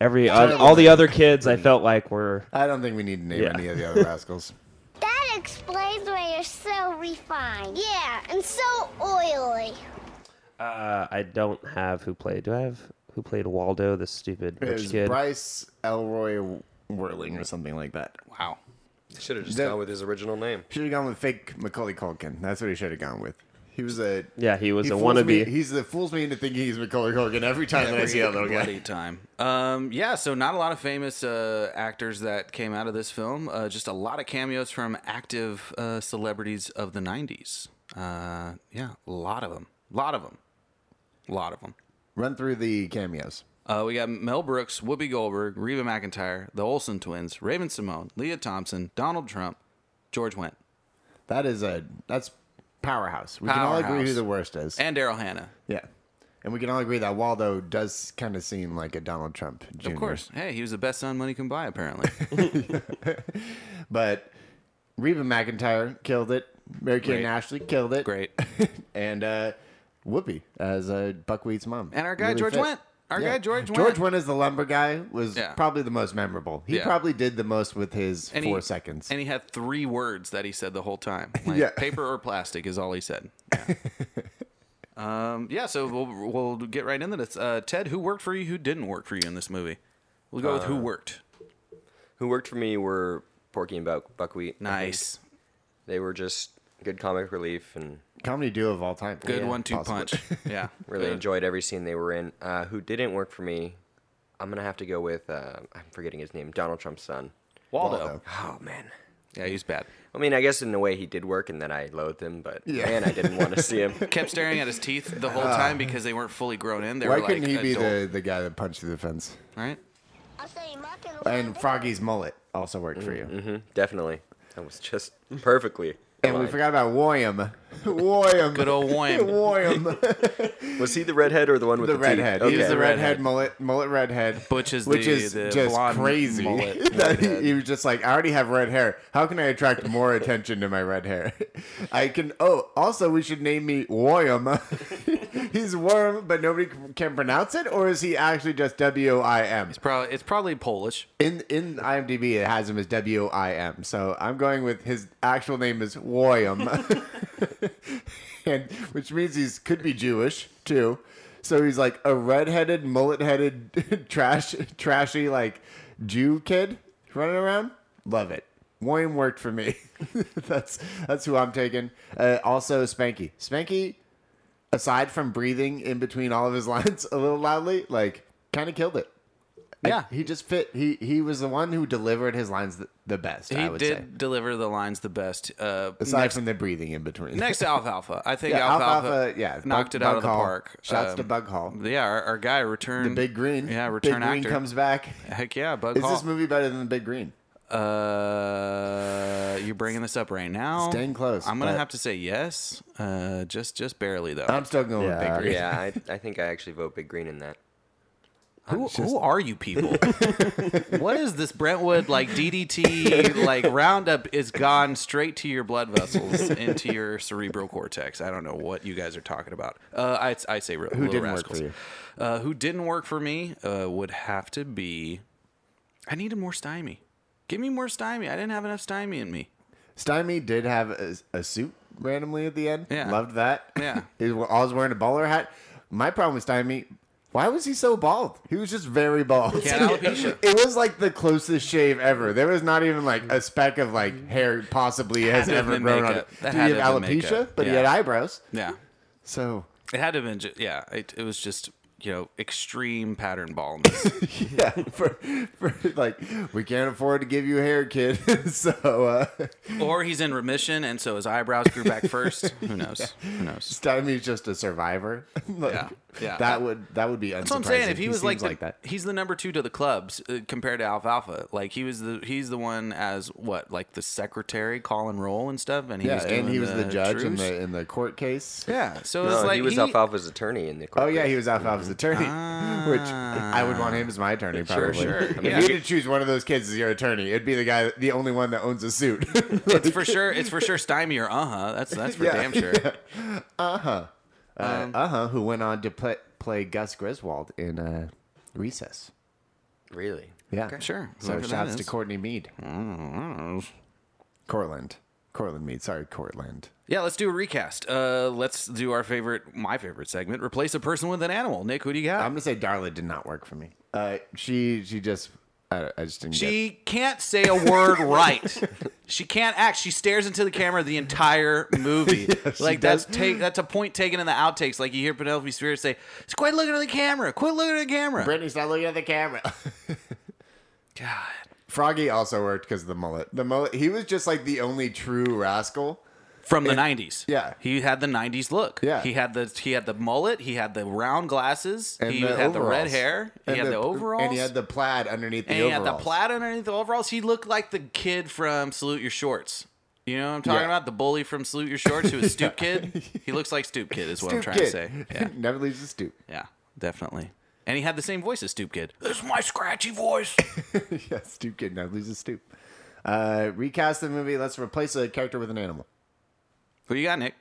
S3: Every uh, all the other kids, I felt like were
S1: I don't think we need to name
S3: Yeah.
S1: any of the other rascals.
S7: That explains why you're so refined. Yeah, and so oily.
S3: uh, I don't have who played. Do I have who played Waldo, the stupid
S1: It
S3: rich
S1: was
S3: kid?
S1: Bryce Elroy Whirling or something like that.
S2: Wow.
S4: Should have just
S1: The-
S4: gone with his original name.
S1: Should have gone with fake Macaulay Culkin. That's what he should have gone with. He was a
S3: Yeah, he was a
S1: fools
S3: wannabe.
S1: Me, he's the fools me into thinking he's Macaulay Culkin every time that I see that little guy.
S2: Bloody time. Um, yeah, so not a lot of famous uh, actors that came out of this film. Uh, just a lot of cameos from active uh, celebrities of the '90s. Uh, yeah, a lot of them. A lot of them. A lot of them.
S1: Run through the cameos.
S2: Uh, we got Mel Brooks, Whoopi Goldberg, Reba McIntyre, the Olsen twins, Raven Simone, Leah Thompson, Donald Trump, George Wendt,
S1: That is a that's powerhouse. We can all agree
S2: Powerhouse.
S1: who the worst is.
S2: and Daryl Hannah.
S1: yeah, and we can all agree that Waldo does kind of seem like a Donald Trump. Jr.
S2: Of course. Hey, he was the best son money can buy, apparently.
S1: but Reba McIntyre killed it. Mary Kate
S2: Great.
S1: and Ashley killed it.
S2: Great.
S1: and uh, Whoopi as uh, Buckwheat's mom.
S2: And our guy,
S1: Really
S2: George
S1: fit.
S2: Wendt. Our guy, George Wendt.
S1: George Wendt as the lumber guy was
S2: Yeah.
S1: probably the most memorable. He
S2: Yeah.
S1: probably did the most with his
S2: And he-
S1: four seconds.
S2: And he had three words that he said the whole time. Like,
S1: Yeah.
S2: Paper or plastic is all he said. Yeah. um, yeah, so we'll, we'll get right into this. Uh, Ted, who worked for you? Who didn't work for you in this movie? We'll go with
S1: Uh,
S2: who worked.
S4: Who worked for me were Porky and Buck- Buckwheat. I think.
S2: Nice.
S4: They were just good comic relief and
S1: Comedy duo of all time.
S2: Good
S1: Yeah,
S2: one two
S1: possibly.
S2: punch. Yeah.
S4: really
S2: Good.
S4: enjoyed every scene they were in. Uh, who didn't work for me? I'm gonna have to go with uh, I'm forgetting his name. Donald Trump's son.
S2: Waldo.
S1: Waldo.
S4: Oh man.
S2: Yeah, he's bad.
S4: I mean, I guess in a way he did work, and that I loathed him, but
S1: Yeah.
S4: man, I didn't want to see him.
S2: Kept staring at his teeth the whole time because they weren't fully grown in. They
S1: Ah. Why
S2: were like
S1: couldn't he be
S2: adult,
S1: the, the guy that punched through the fence?
S2: right?
S7: I'll say muck and
S1: And
S7: lie
S1: Froggy's mullet also worked for you.
S2: Mm-hmm.
S4: Definitely, that was just perfectly.
S1: And we
S4: aligned.
S1: forgot about William. William.
S2: Good old William.
S1: William.
S4: Was he the redhead or the one with the,
S1: the
S4: teeth?
S1: redhead. He was
S4: Okay.
S1: the redhead mullet, mullet redhead.
S2: Butch is
S1: which
S2: the-
S1: is
S2: the
S1: just
S2: blonde
S1: crazy.
S2: mullet
S1: That
S2: redhead.
S1: he was just like, I already have red hair. How can I attract more attention to my red hair? I can. Oh, also, we should name me William. He's worm, but nobody c- can pronounce it, or is he actually just W I M?
S2: Probably, it's probably Polish.
S1: In in IMDb, it has him as W I M. So I'm going with his actual name is William, and which means he's could be Jewish too. So he's like a redheaded, mullet-headed, trash, trashy like Jew kid running around. Love it. William worked for me. that's that's who I'm taking. Uh, also, Spanky. Spanky, aside from breathing in between all of his lines a little loudly, like kind of killed it. I-
S2: Yeah.
S1: he just fit. He he was the one who delivered his lines the, the best.
S2: He
S1: I would
S2: did
S1: say,
S2: deliver the lines the best. Uh,
S1: aside
S2: next,
S1: from the breathing in between.
S2: next to Alfalfa. I think
S1: yeah,
S2: Alfalfa,
S1: Alfalfa, yeah,
S2: knocked
S1: Bug-
S2: it out
S1: Bug
S2: of the
S1: Hall.
S2: park.
S1: Shouts to
S2: Um,
S1: Bug Hall.
S2: Yeah, our, our guy returned.
S1: The Big Green.
S2: Yeah,
S1: Big
S2: return
S1: Green
S2: actor.
S1: comes back.
S2: Heck yeah, Bug
S1: Is
S2: Hall.
S1: this movie better than the Big Green?
S2: uh, you're bringing this up right now.
S1: It's dang close,
S2: I'm gonna
S1: but-
S2: have to say yes. Uh, just just barely though.
S1: I'm still going with
S3: Yeah.
S1: Big Green.
S4: Yeah, I, I think I actually vote Big Green in that.
S2: who, who are you people? what is this Brentwood like DDT like Roundup is gone straight to your blood vessels into your cerebral cortex. I don't know what you guys are talking about. Uh, I I say who
S1: didn't work for you?
S2: Uh, who didn't work for me uh, would have to be. I needed more stymie. Give me more stymie. I didn't have enough stymie in me.
S1: Stymie did have a, a suit randomly at the end.
S2: Yeah.
S1: Loved that.
S2: Yeah.
S1: he was always wearing a baller hat. My problem with Stymie, why was he so bald? He was just very bald.
S2: He had alopecia.
S1: it was like the closest shave ever. There was not even like a speck of like hair possibly has
S2: to have
S1: ever
S2: been
S1: grown on it.
S2: makeup. That
S1: Did
S2: had
S1: he
S2: to
S1: have
S2: have been
S1: alopecia?
S2: makeup.
S1: But he
S2: Yeah.
S1: had eyebrows.
S2: Yeah.
S1: So
S2: It had to have been, ju- yeah. It, it was just, you know, extreme pattern baldness.
S1: yeah, for, for like we can't afford to give you hair, kid. so uh,
S2: or he's in remission, and so his eyebrows grew back first. Who knows? Who knows?
S1: Stymie's just a survivor. Like,
S2: Yeah. Yeah.
S1: That would that would be unsurprising.
S2: That's what I'm saying. If he, was like,
S1: seems
S2: the,
S1: like that,
S2: he's the number two to the clubs uh, compared to Alfalfa. Like he was the he's the one as what like the secretary call and roll and stuff. And he
S1: yeah,
S2: was
S1: and
S2: doing
S1: he was the, judge in
S2: truce.
S1: the in the court case.
S2: yeah. So
S4: No,
S2: it's like
S4: he was
S2: he-
S4: Alfalfa's attorney in the court.
S1: Oh yeah,
S4: case.
S1: he was Alfalfa's attorney, which I would want him as my attorney. Probably.
S4: sure.
S1: If
S4: Yeah.
S1: you had to choose one of those kids as your attorney, it'd be the guy, the only one that owns a suit.
S2: it's for sure. It's for sure. Stymie or uh huh. That's that's for
S1: Yeah.
S2: damn sure.
S1: uh huh. Who went on to play play Gus Griswold in uh, Recess?
S4: Really?
S1: Yeah,
S2: Sure.
S1: So
S2: Whoever that
S1: shouts to
S2: is. Mm-hmm.
S1: Courtney Mead. Cortland. Cortland Mead. Sorry, Cortland.
S2: Yeah, let's do a recast. Uh, let's do our favorite, my favorite segment. Replace a person with an animal. Nick, who do you got?
S1: I'm gonna say Darla did not work for me. Uh, she she just I, I just didn't. get
S2: She can't say a word right. She can't act. She stares into the camera the entire movie. like that's take that's a point taken in the outtakes. Like you hear Penelope Spheres say, "Quit looking at the camera. Quit looking at the camera."
S1: Brittany's not looking at the camera.
S2: God.
S1: Froggy also worked because of the mullet. The mullet. He was just like the only true rascal.
S2: From the '90s.
S1: yeah.
S2: He had the '90s look.
S1: Yeah.
S2: He had the he had the mullet. He had the round glasses.
S1: And
S2: he
S1: the
S2: had the red
S1: overalls.
S2: hair. He
S1: And
S2: had the, overalls.
S1: And he had the plaid underneath the
S2: and he
S1: overalls.
S2: had the plaid underneath the overalls. He looked like the kid from Salute Your Shorts. You know what I'm talking
S1: Yeah.
S2: about? The bully from Salute Your Shorts who was Stoop Kid. He looks like Stoop Kid is what I'm
S1: Stoop
S2: trying
S1: kid.
S2: to say. Yeah,
S1: Never leaves the stoop.
S2: yeah, definitely. And he had the same voice as Stoop Kid.
S6: This is my scratchy voice.
S1: yeah, stoop kid never leaves the stoop. Uh, recast the movie. Let's replace a character with an animal.
S2: Who you got, Nick?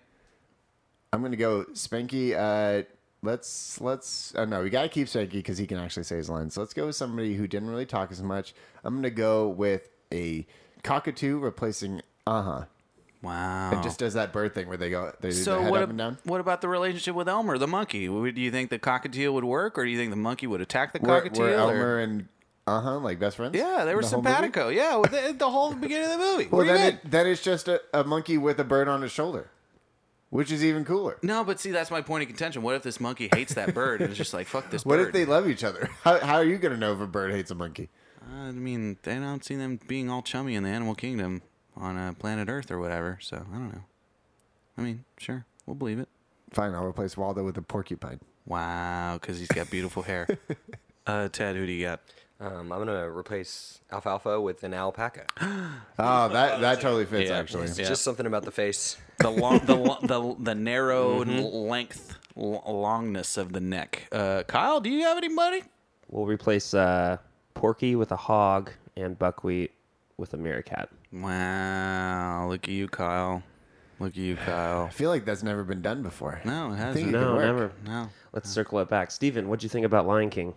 S1: I'm gonna go Spanky. Uh, let's let's. Oh no, we gotta keep Spanky because he can actually say his lines. So let's go with somebody who didn't really talk as much. I'm gonna go with a cockatoo replacing uh huh.
S2: Wow.
S1: It just does that bird thing where they go they do the
S2: Oh. so
S1: head
S2: what?
S1: up and down.
S2: What about the relationship with Elmer the monkey? Would- Do you think the cockatiel would work, or do you think the monkey would attack the
S1: Were,
S2: cockatiel?
S1: were
S2: or-
S1: Elmer and uh huh like best friends?
S2: Yeah, they
S1: in
S2: were
S1: the whole movie?
S2: simpatico. Yeah, with the, the whole beginning of the movie.
S1: Well,
S2: What do you
S1: then
S2: think?
S1: it, then it's just a, a monkey with a bird on his shoulder, which is even cooler.
S2: no, but see, that's my point of contention. What if this monkey hates that bird and is just like, "Fuck this
S1: What
S2: bird"?
S1: if they love each other? How, how are you gonna know if a bird hates a monkey?
S2: I mean, I don't see them being all chummy in the animal kingdom on uh, planet Earth or whatever. So I don't know. I mean, sure, we'll believe it.
S1: Fine, I'll replace Waldo with a porcupine.
S2: Wow, because he's got beautiful hair. uh, Ted, who do you got?
S4: Um, I'm gonna replace Alfalfa with an alpaca.
S1: Oh, that that totally fits actually.
S4: It's Just something about the face.
S2: The long, the lo- the the narrow length, l- longness of the neck. Uh, Kyle, do you have any money?
S3: We'll replace uh, Porky with a hog and Buckwheat with a meerkat.
S2: Wow, look at you, Kyle. Look at you, Kyle.
S1: I feel like that's never been done before.
S2: No, it
S1: I think
S2: hasn't.
S1: it could
S3: No,
S1: work.
S3: never.
S2: No.
S3: Let's circle it back. Steven, what'd you think about Lion King?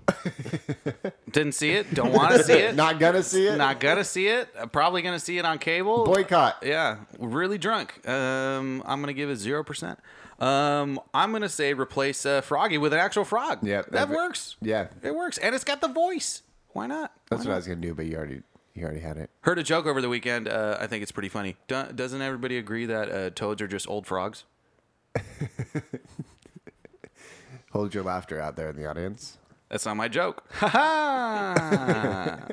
S2: Didn't see it. Don't want to see it.
S1: Not gonna see it.
S2: Not gonna see it. I'm probably gonna see it on cable.
S1: Boycott.
S2: Yeah, really drunk. Um, I'm gonna give it zero percent. Um, I'm gonna say replace uh, Froggy with an actual frog.
S1: Yeah,
S2: that
S1: every-
S2: works.
S1: Yeah,
S2: It works, and it's got the voice. Why not?
S1: that's what I was gonna do, but you already you already had it.
S2: Heard a joke over the weekend. Uh, I think it's pretty funny. Do- doesn't everybody agree that uh, toads are just old frogs?
S1: Hold your laughter out there in the audience.
S2: That's not my joke. Ha ha.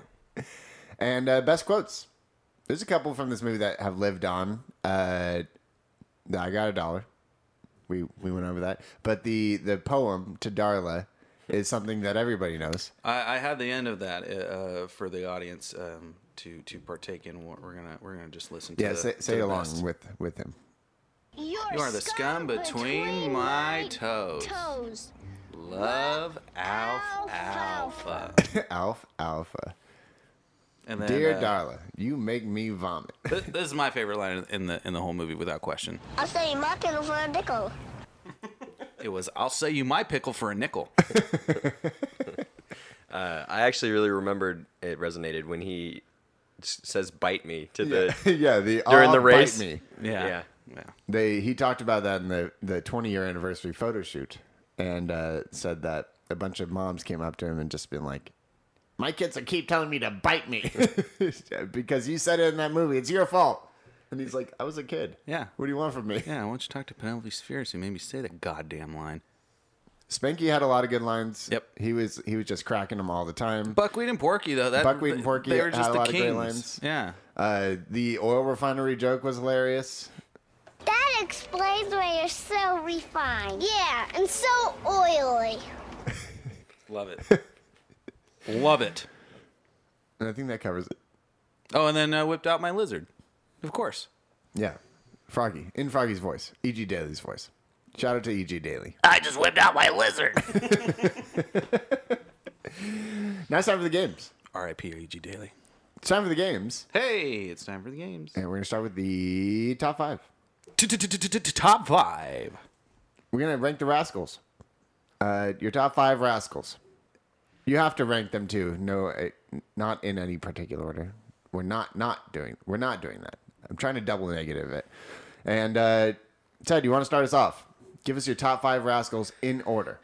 S1: And uh, best quotes. There's a couple from this movie that have lived on. Uh, the I got a dollar. We we went over that, but the the poem to Darla is something that everybody knows.
S2: I, I had the end of that uh, for the audience um, to to partake in. What we're gonna we're gonna just listen to.
S1: Yeah,
S2: the,
S1: say,
S2: to
S1: say
S2: the
S1: along
S2: best.
S1: with with him.
S7: You're
S2: You are the scum between my toes.
S7: toes.
S2: Love Alf
S7: Alfalfa.
S2: Alpha.
S1: Alf Alpha,
S2: And then,
S1: dear
S2: uh,
S1: Darla, you make me vomit.
S2: th- this is my favorite line in the in the whole movie without question.
S7: I'll say my pickle for a pickle.
S2: It was I'll sell you my pickle for a nickel.
S4: I actually really remembered it resonated when he s- says "bite me" to
S1: Yeah,
S4: the
S1: yeah the
S4: during
S1: "Aw,
S4: the
S1: bite
S4: race.
S1: me.
S2: Yeah.
S4: Yeah.
S2: Yeah.
S1: They he talked about that in the the 20 year anniversary photo shoot and uh, said that a bunch of moms came up to him and just been like,
S5: My kids will keep telling me to bite me.
S1: because you said it in that movie, it's your fault. And he's like, I was a kid.
S2: Yeah.
S1: What do you want from me?
S2: Yeah, why don't you talk to Penelope Spheres who made me say that goddamn line?
S1: Spanky had a lot of good lines.
S2: Yep.
S1: He was he was just cracking them all the time.
S2: Buckwheat and Porky though. That
S1: Buckwheat and Porky
S2: They were
S1: had
S2: just
S1: a
S2: the
S1: lot of
S2: kings.
S1: great lines.
S2: Yeah.
S1: Uh, the oil refinery joke was hilarious.
S7: That explains why you're so refined. Yeah, and so oily.
S2: Love it. Love it.
S1: And I think that covers it.
S2: Oh, and then uh, whipped out my lizard. Of course.
S1: Yeah. Froggy. In Froggy's voice. E.G. Daly's voice. Shout out to E.G. Daly.
S5: I just whipped out my lizard.
S1: Now it's time for the games.
S2: R.I.P. E.G. Daily.
S1: It's time for the games.
S2: Hey, it's time for the games.
S1: And we're going to start with the top five.
S2: Top five.
S1: We're going to rank the rascals. Uh, your top five rascals. You have to rank them too. No, uh, not in any particular order. We're not not doing. We're not doing that. I'm trying to double negative it. And uh, Ted, you want to start us off? Give us your top five rascals in order,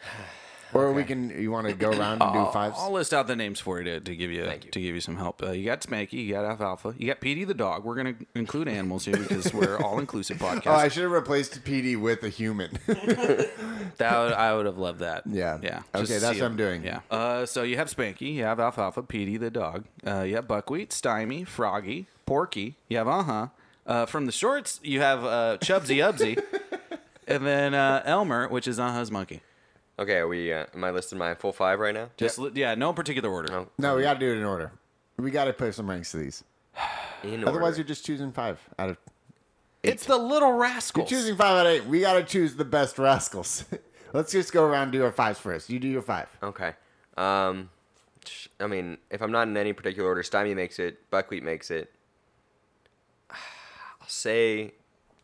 S1: or we can. You want to go around and do fives?
S2: Oh, I'll list out the names for you to, to give you, to give you some help. Uh, you got Spanky, you got Alfalfa, you got Petey the dog. We're gonna include animals here because we're all inclusive podcast.
S1: Oh, I should have replaced PD with a human.
S2: That would, I would have loved that.
S1: Yeah.
S2: Yeah.
S1: Okay,
S2: Just
S1: that's
S2: see
S1: what I'm
S2: him.
S1: doing.
S2: Yeah. Uh, so you have Spanky, you have Alfalfa, Petey the dog, uh, you have Buckwheat, Stymie, Froggy, Porky, you have Uh Huh. Uh, from the shorts, you have uh, Chubsy Ubsy, and then uh, Elmer, which is Uh Huh's monkey.
S4: Okay, are we? Uh, am I listing my full five right now?
S2: Just li- yeah, no particular order.
S4: No.
S1: no, we got to do it in order. We got to put some ranks to these.
S4: In
S1: Otherwise,
S4: order.
S1: you're just choosing five out of
S2: It's the Little Rascals.
S1: Choosing five out of eight, we gotta choose the best rascals. Let's just go around and do our fives first. You do your five.
S4: Okay. Um, sh- I mean, if I'm not in any particular order, Stymie makes it, Buckwheat makes it. I'll say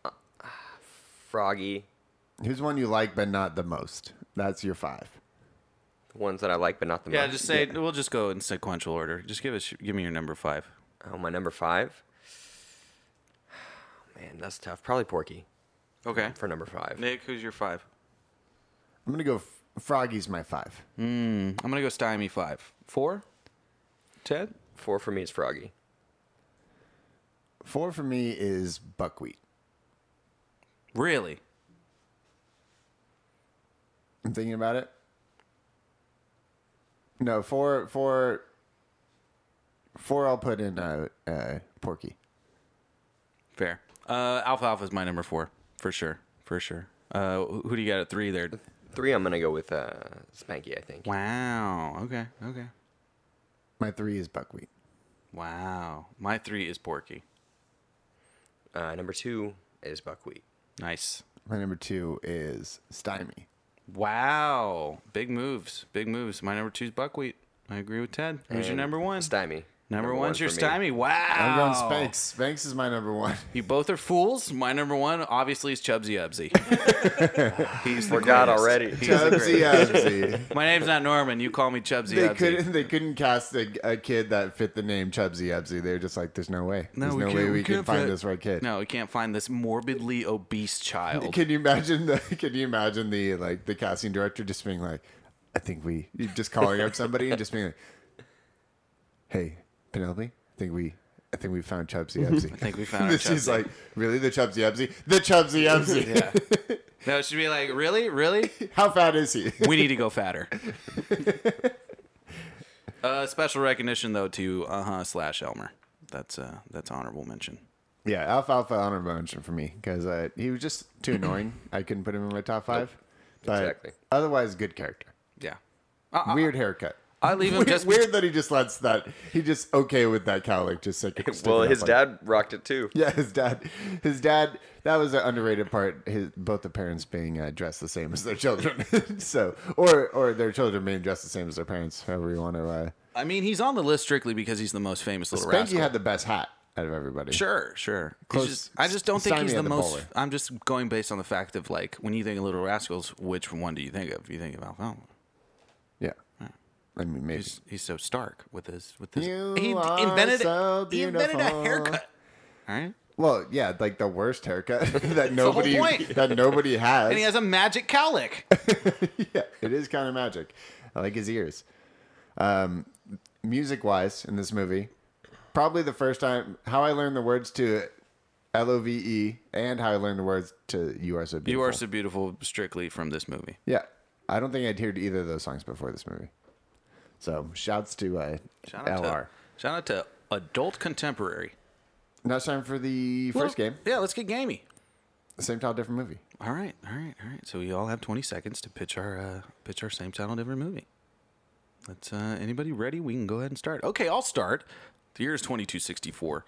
S4: uh, uh, Froggy,
S1: Who's one you like but not the most? That's your five.
S4: the ones that I like, but not the
S2: yeah,
S4: most.
S2: just say we'll just go in sequential order. Just give us give me your number five.
S4: Oh, my number five. Man, that's tough. Probably Porky
S2: Okay.
S4: for number five.
S2: Nick, who's your five?
S1: I'm gonna go. F- Froggy's my five.
S2: I'm gonna go Stymie five. Four. Ted.
S4: Four for me is Froggy.
S1: Four for me is buckwheat.
S2: Really?
S1: I'm thinking about it. No, four, four, four. I'll put in uh, uh, Porky.
S2: Fair. Uh, Alfalfa is my number four for sure, for sure. Uh, wh- who do you got at three there?
S4: Three, I'm gonna go with uh, Spanky. I think.
S2: Wow. Okay. Okay.
S1: My three is buckwheat.
S2: Wow. My three is Porky.
S4: Uh, number two is Buckwheat.
S2: Nice.
S1: My number two is Stymie.
S2: Wow. Big moves. Big moves. My number two is Buckwheat. I agree with Ted. Who's your
S4: And
S2: number one?
S4: Stymie.
S2: Number, one's your
S4: for me.
S2: stymie. Wow.
S1: I'm going Spanks. Spanks is my number one.
S2: You both are fools. My number one, obviously, is Chubsy Ubsy. He's the
S4: Forgot
S2: greatest.
S4: already.
S2: He's the
S1: Chubsy
S2: greatest.
S1: Ubsy.
S2: My name's not Norman. You call me Chubsy
S1: they
S2: Ubsy.
S1: couldn't they couldn't cast a, a kid that fit the name Chubsy Ebsy. They were just like, there's no way. there's no way we can
S2: can't
S1: find
S2: fit-
S1: this right kid.
S2: No, we can't find this morbidly obese child.
S1: Can you imagine the can you imagine the like the casting director just being like, I think we you just calling up somebody and just being like Hey, Penelope, I think we I think we found Chubsy Ebsy. I
S2: think we found our
S1: this is
S2: Chubsy.
S1: like, really the Chubsy Ebsy? The Chubsy Ebsy.
S2: yeah. No, it should be like, really, really.
S1: How fat is he?
S2: We need to go fatter. uh, special recognition though to uh huh slash Elmer. That's uh that's honorable mention.
S1: Yeah, Alfalfa honorable mention for me because uh, he was just too annoying. I couldn't put him in my top five. But
S4: Exactly.
S1: Otherwise, good character.
S2: Yeah, I,
S1: Weird haircut.
S2: I leave him
S1: Weird,
S2: just
S1: weird that he just lets that. He just okay with that cowlick. Just like
S4: Well, his dad rocked it too.
S1: Yeah, his dad. His dad. That was an underrated part. His both the parents being uh, dressed the same as their children. so, or or their children being dressed the same as their parents. However you want to. Uh,
S2: I mean, he's on the list strictly because he's the most famous little
S1: Spanky
S2: rascal.
S1: had the best hat out of everybody.
S2: Sure, sure. He's
S1: Close-
S2: just- I just don't think
S1: Stymie
S2: he's the
S1: had the
S2: most.
S1: bowler.
S2: I'm just going based on the fact of like when you think of Little Rascals, which one do you think of? You think of Alfalfa.
S1: Yeah. I mean, maybe.
S2: He's, he's so stark with his with his.
S1: You
S2: he
S1: are
S2: invented
S1: so
S2: he invented a
S1: beautiful.
S2: haircut. All right,
S1: Well, yeah, like the worst haircut that
S2: whole
S1: nobody
S2: point.
S1: that nobody has.
S2: and he has a magic cowlick.
S1: yeah, it is kind of magic. I like his ears. Um, music wise, in this movie, probably the first time how I learned the words to L O V E and how I learned the words to You Are So Beautiful.
S2: you are so beautiful, strictly from this movie.
S1: Yeah, I don't think I'd heard either of those songs before this movie. So shouts to uh,
S2: Shout out
S1: LR.
S2: to shout out to adult contemporary.
S1: Now it's time for the first game.
S2: Yeah, let's get gamey.
S1: Same title, different movie.
S2: All right, all right, all right. So we all have 20 seconds to pitch our uh, pitch our same title different movie. Let's uh, anybody ready? We can go ahead and start. Okay, I'll start. The year is 2264.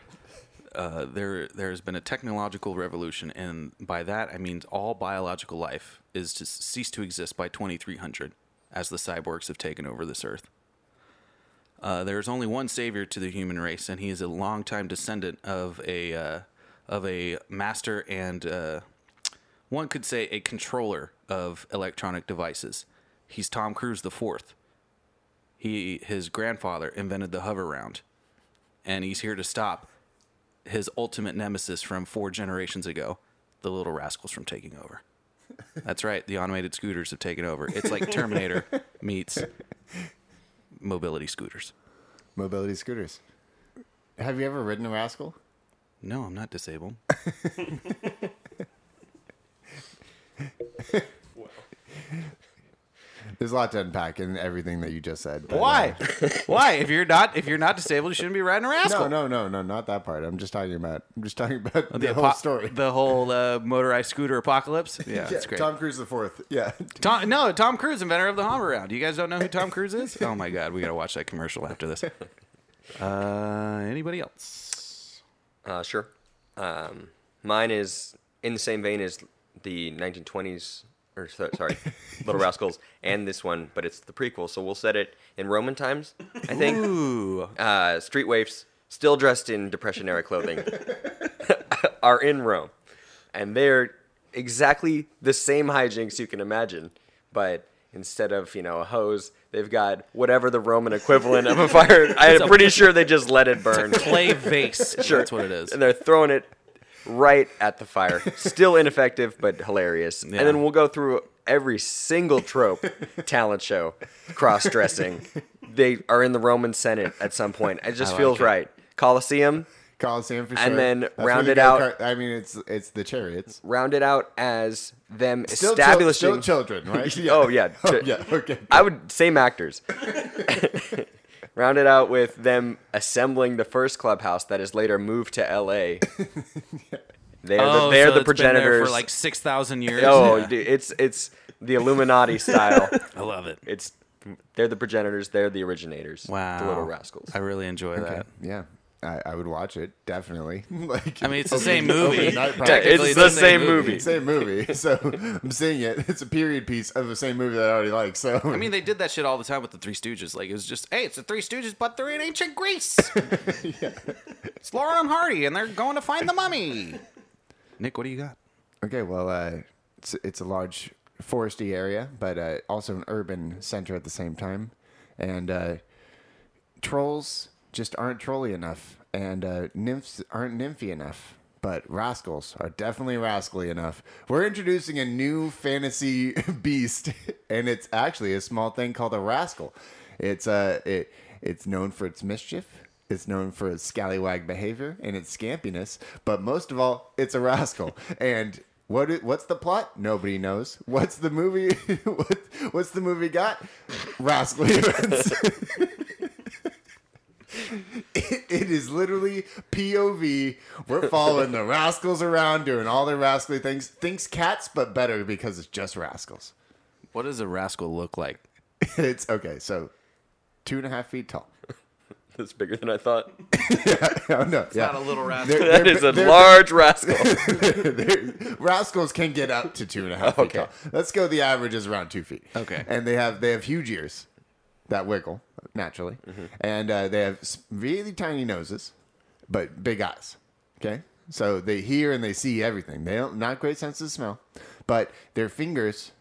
S2: Uh, there there has been a technological revolution, and by that I mean all biological life is to cease to exist by 2300, as the cyborgs have taken over this earth. Uh, there is only one savior to the human race, and he is a longtime descendant of a uh, of a master and uh, one could say a controller of electronic devices. He's Tom Cruise the fourth. He his grandfather invented the hover round, and he's here to stop his ultimate nemesis from four generations ago, the little rascals from taking over. That's right, the automated scooters have taken over. It's like Terminator meets mobility scooters.
S1: Mobility scooters. Have you ever ridden a rascal?
S2: No, I'm not disabled.
S1: There's a lot to unpack in everything that you just said. but,
S2: Why? Why? If you're not if you're not disabled, you shouldn't be riding a
S1: uh,
S2: rascal.
S1: No, no, no, no, not that part. I'm just talking about. I'm just talking about the,
S2: the,
S1: whole
S2: apo-
S1: story.
S2: the whole uh, motorized scooter apocalypse. Yeah,
S1: Yeah,
S2: it's great.
S1: Tom
S2: Tom,
S1: Cruise the fourth. Yeah,
S2: no, Tom Cruise, inventor of the Hummer Round. You guys don't know who Tom Cruise is? Oh my god, we gotta watch that commercial after this. Uh, anybody else?
S4: Uh, sure. Um, mine is in the same vein as the 1920s, or so, sorry, Little Rascals, and this one, but it's the prequel, so we'll set it in Roman times, I think.
S2: Ooh,
S4: Uh, street waifs, still dressed in Depression era clothing, are in Rome, and they're exactly the same hijinks you can imagine, but. Instead of you know a hose, they've got whatever the Roman equivalent of a fire. I'm pretty sure they just let it burn.
S2: clay vase. That's what it is.
S4: And they're throwing it right at the fire. Still ineffective, but hilarious.
S2: Yeah.
S4: And then we'll go through every single trope talent show, cross dressing. they are in the Roman Senate at some point. It
S2: I
S4: just
S2: like
S4: feels
S2: it.
S4: right. Coliseum,
S1: Coliseum for sure.
S4: And then
S1: That's where
S4: round
S1: they
S4: it
S1: go
S4: out-
S1: car- I mean, it's it's the chariots.
S4: rounded out as them
S1: Still chil- still
S4: establishing.
S1: children, right?
S4: Oh, yeah.
S1: Oh,
S4: Ch-
S1: yeah. Okay.
S4: I would same actors. Rounded out with them assembling the first clubhouse that is later moved to L.A. They are the, they are
S2: Oh, so it's
S4: the
S2: been there
S4: progenitors
S2: for like six thousand years.
S4: Oh,
S2: Yeah.
S4: dude, it's it's the Illuminati style.
S2: I love it.
S4: It's they're the progenitors. They're the originators.
S2: Wow,
S4: the Little Rascals.
S2: I really enjoy that.
S1: Yeah, I, I would watch it definitely. like,
S2: I mean, it's the same movie.
S1: overnight probably.
S2: Technically,
S4: It's the same movie.
S1: same movie. So I'm seeing it. It's a period piece of the same movie that I already like. So
S2: I mean, they did that shit all the time with the Three Stooges. Like it was just, hey, it's the Three Stooges, but they're in ancient Greece. It's Laura and Hardy, and they're going to find the mummy. Nick, what do you got?
S1: Okay, well, uh, it's it's a large foresty area, but uh, also an urban center at the same time, and uh, trolls just aren't trolly enough, and uh, nymphs aren't nymphy enough. But rascals are definitely rascally enough. We're introducing a new fantasy beast, and it's actually a small thing called a rascal. It's uh, it it's known for its mischief. It's known for its scallywag behavior and its scampiness, but most of all, it's a rascal. And what i- what's the plot? Nobody knows. What's the movie? what, what's the movie got? Rascally events. it, it is literally POV. We're following the rascals around, doing all their rascally things. Thinks cats, but better because it's just rascals.
S2: What does a rascal look like?
S1: It's okay. So, two and a half feet tall.
S4: That's bigger than I thought.
S1: Oh no, yeah.
S2: Not a little rascal.
S1: They're-
S4: That
S1: they're-
S4: is a
S1: they're-
S4: large rascal.
S1: They're- rascals can get up to two and a half feet
S4: Okay.
S1: tall. Let's go. The average is around two feet.
S2: Okay.
S1: And they have they have huge ears that wiggle naturally,
S4: Mm-hmm.
S1: and uh, they have s- really tiny noses, but big eyes. Okay. So they hear and they see everything. They don't not great sense of smell, but their fingers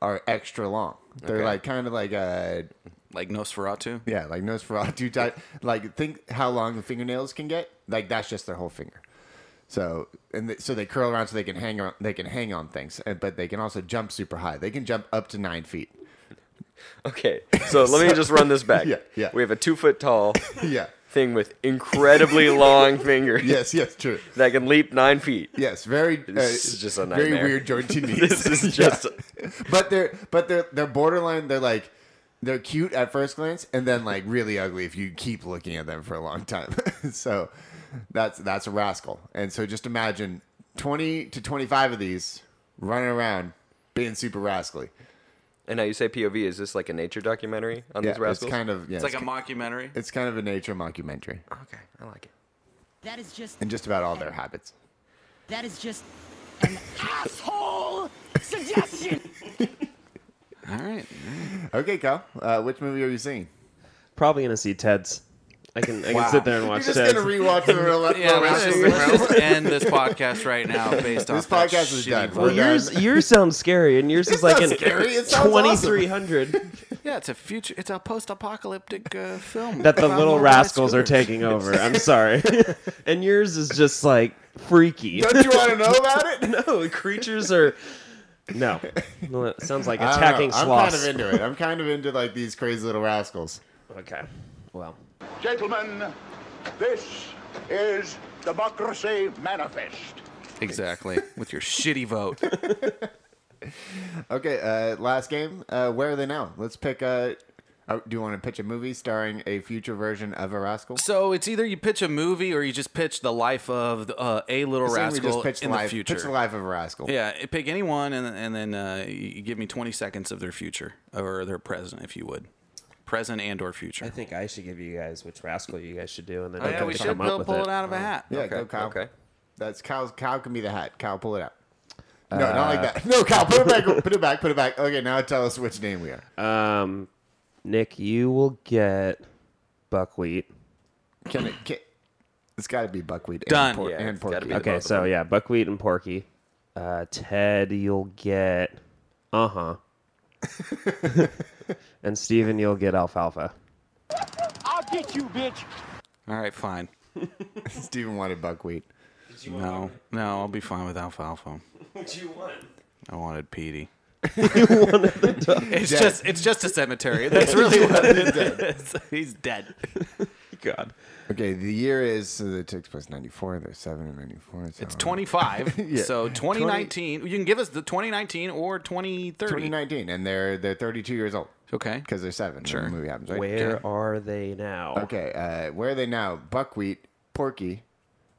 S1: are extra long. They're
S4: Okay.
S1: like uh, kind of like a
S2: like Nosferatu.
S1: Yeah, like Nosferatu type. Like think how long the fingernails can get. Like that's just their whole finger. So and th- so they curl around so they can hang on. They can hang on things, and, but they can also jump super high. They can jump up to nine feet.
S4: Okay, so let me just run this back.
S1: Yeah, yeah.
S4: We have a two foot tall
S1: Yeah.
S4: thing with incredibly long fingers
S1: Yes. Yes. True.
S4: that can leap nine feet.
S1: Yes. Very. uh,
S4: This is just a
S1: very
S4: nightmare.
S1: weird jointed knees.
S4: This is
S1: Yeah.
S4: just
S1: but they're but they're they're borderline. They're like they're cute at first glance, and then like really ugly if you keep looking at them for a long time. so that's that's a rascal. And so just imagine twenty to twenty five of these running around being super rascally.
S4: And now you say POV. Is this like a nature documentary on
S1: Yeah,
S4: these rascals?
S1: it's kind of yeah,
S2: It's like a mockumentary.
S1: it's kind of a nature mockumentary,
S4: okay, I like it.
S8: That is just.
S1: and just about all their habits.
S8: That is just an asshole suggestion.
S2: All right.
S1: Okay, Kyle, uh, which movie are you seeing?
S3: Probably gonna see Ted's. I can I can sit there and watch
S1: You're just
S3: Ted's.
S1: gonna rewatch the real life.
S2: Yeah, let's just,
S1: rascals,
S2: let's
S1: bro.
S2: just end this podcast right now based on
S1: This podcast is done.
S3: well, yours yours sounds scary, and yours is like
S1: not
S3: an
S1: scary. It sounds awesome.
S3: twenty three hundred
S2: Yeah, it's a future. It's a post-apocalyptic uh, film
S3: that the
S2: about
S3: little
S2: motorized
S3: rascals are
S2: scooters.
S3: taking over. I'm sorry, and yours is just like freaky.
S1: Don't you want to know about it?
S3: No, creatures are. No, Well, it sounds like
S1: I don't know.
S3: attacking
S1: I'm
S3: sloths.
S1: kind of into it. I'm kind of into like these crazy little rascals.
S3: okay, well,
S9: Gentlemen, this is Democracy Manifest.
S2: Exactly. With your shitty vote.
S1: Okay, uh, last game. Uh, where are they now? Let's pick a. Oh, do you want to pitch a movie starring a future version of a rascal?
S2: So it's either you pitch a movie or you just pitch the life of uh, a little
S1: Assume we
S2: rascal
S1: pitch
S2: in
S1: life,
S2: the future.
S1: Pitch the life of a rascal.
S2: Yeah, pick anyone, and and then uh, you give me twenty seconds of their future or their present, if you would, present and or future.
S3: I think I should give you guys which rascal you guys should do, and then
S2: Oh,
S3: I
S2: yeah,
S3: can
S2: we
S3: come
S2: should
S3: up
S2: go
S3: with
S2: pull
S3: it.
S2: it out of a hat.
S1: yeah. Go, Kyle.
S4: Okay.
S1: That's Kyle's. Kyle can be the hat. Kyle, pull it out.
S3: Uh,
S1: No, not like that. No, Kyle, put it back. put it back. Put it back. Okay, now tell us which name we are.
S3: Um, Nick, you will get buckwheat.
S1: Can it? Can, it's got to be buckwheat.
S2: Done.
S1: And, por-
S4: Yeah,
S1: and
S4: it's gotta
S1: porky.
S4: be
S3: Okay,
S4: both of
S3: so yeah, buckwheat and porky. Uh, Ted, you'll get uh huh, and Steven, you'll get alfalfa.
S9: I'll get you, bitch.
S2: All right, fine.
S1: Steven wanted buckwheat.
S2: No, no, I'll be fine with alfalfa.
S3: What you want?
S2: I wanted Petey. it's just it's just a cemetery. That's really what it is. He's dead. God.
S1: Okay, the year is so it takes place ninety four. There's seven and ninety four.
S2: It's 25.
S1: Yeah.
S2: So 2019, you can give us the 2019 or 2030.
S1: 2019, and they're they're 32 years old
S2: Okay.
S1: because they're seven. Sure. When the movie happens, right?
S3: Where are they now?
S1: Okay, uh, where are they now? Buckwheat, Porky,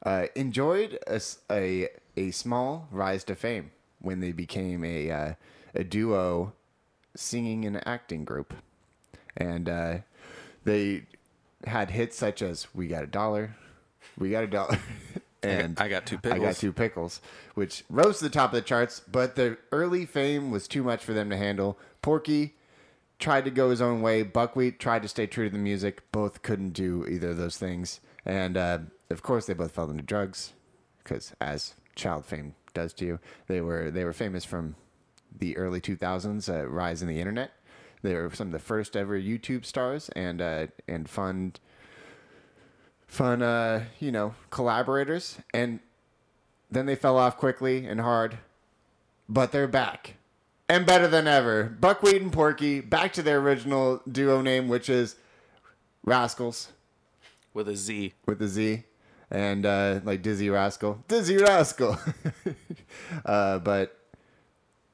S1: uh, enjoyed a, s- a a small rise to fame when they became a uh, a duo singing and acting group, and uh, they had hits such as "We Got a Dollar," "We Got a Dollar," and
S2: I got two
S1: I got
S2: pickles.
S1: two pickles, which rose to the top of the charts. But their early fame was too much for them to handle. Porky tried to go his own way. Buckwheat tried to stay true to the music. Both couldn't do either of those things. And uh, of course, they both fell into drugs because, as child fame does to you, they were they were famous from the early 2000s uh, rise in the internet. They were some of the first ever YouTube stars and uh, and fun fun uh, you know collaborators. And then they fell off quickly and hard, but they're back and better than ever. Buckwheat and Porky back to their original duo name, which is Rascals
S2: With a Z.
S1: with a Z, and uh, like Dizzy Rascal, Dizzy Rascal. uh, but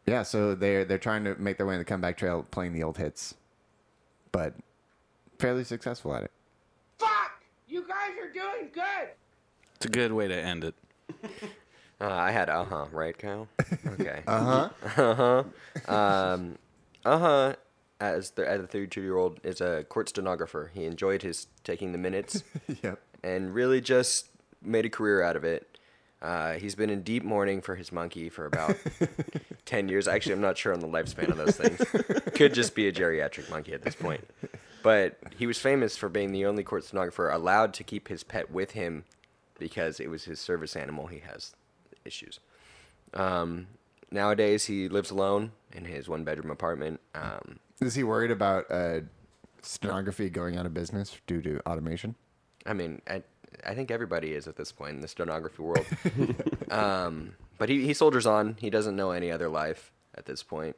S1: yeah, so they're they're trying to make their way in the comeback trail, playing the old hits, but fairly successful at it.
S2: It's a good way to end it.
S4: Uh, I had uh huh, right, Kyle? Okay. uh huh. Uh huh. Um, uh huh. As the, as a 32 year old is a court stenographer. He enjoyed his taking the minutes
S1: Yep.
S4: and really just made a career out of it. Uh, he's been in deep mourning for his monkey for about 10 years. Actually, I'm not sure on the lifespan of those things. Could just be a geriatric monkey at this point. But he was famous for being the only court stenographer allowed to keep his pet with him because it was his service animal. He has issues. Um, nowadays, he lives alone in his one bedroom apartment. Um,
S1: Is he worried about uh, Stenography going out of business due to automation.
S4: I mean, I, I think everybody is at this point in the stenography world. um, but he, he soldiers on. He doesn't know any other life at this point.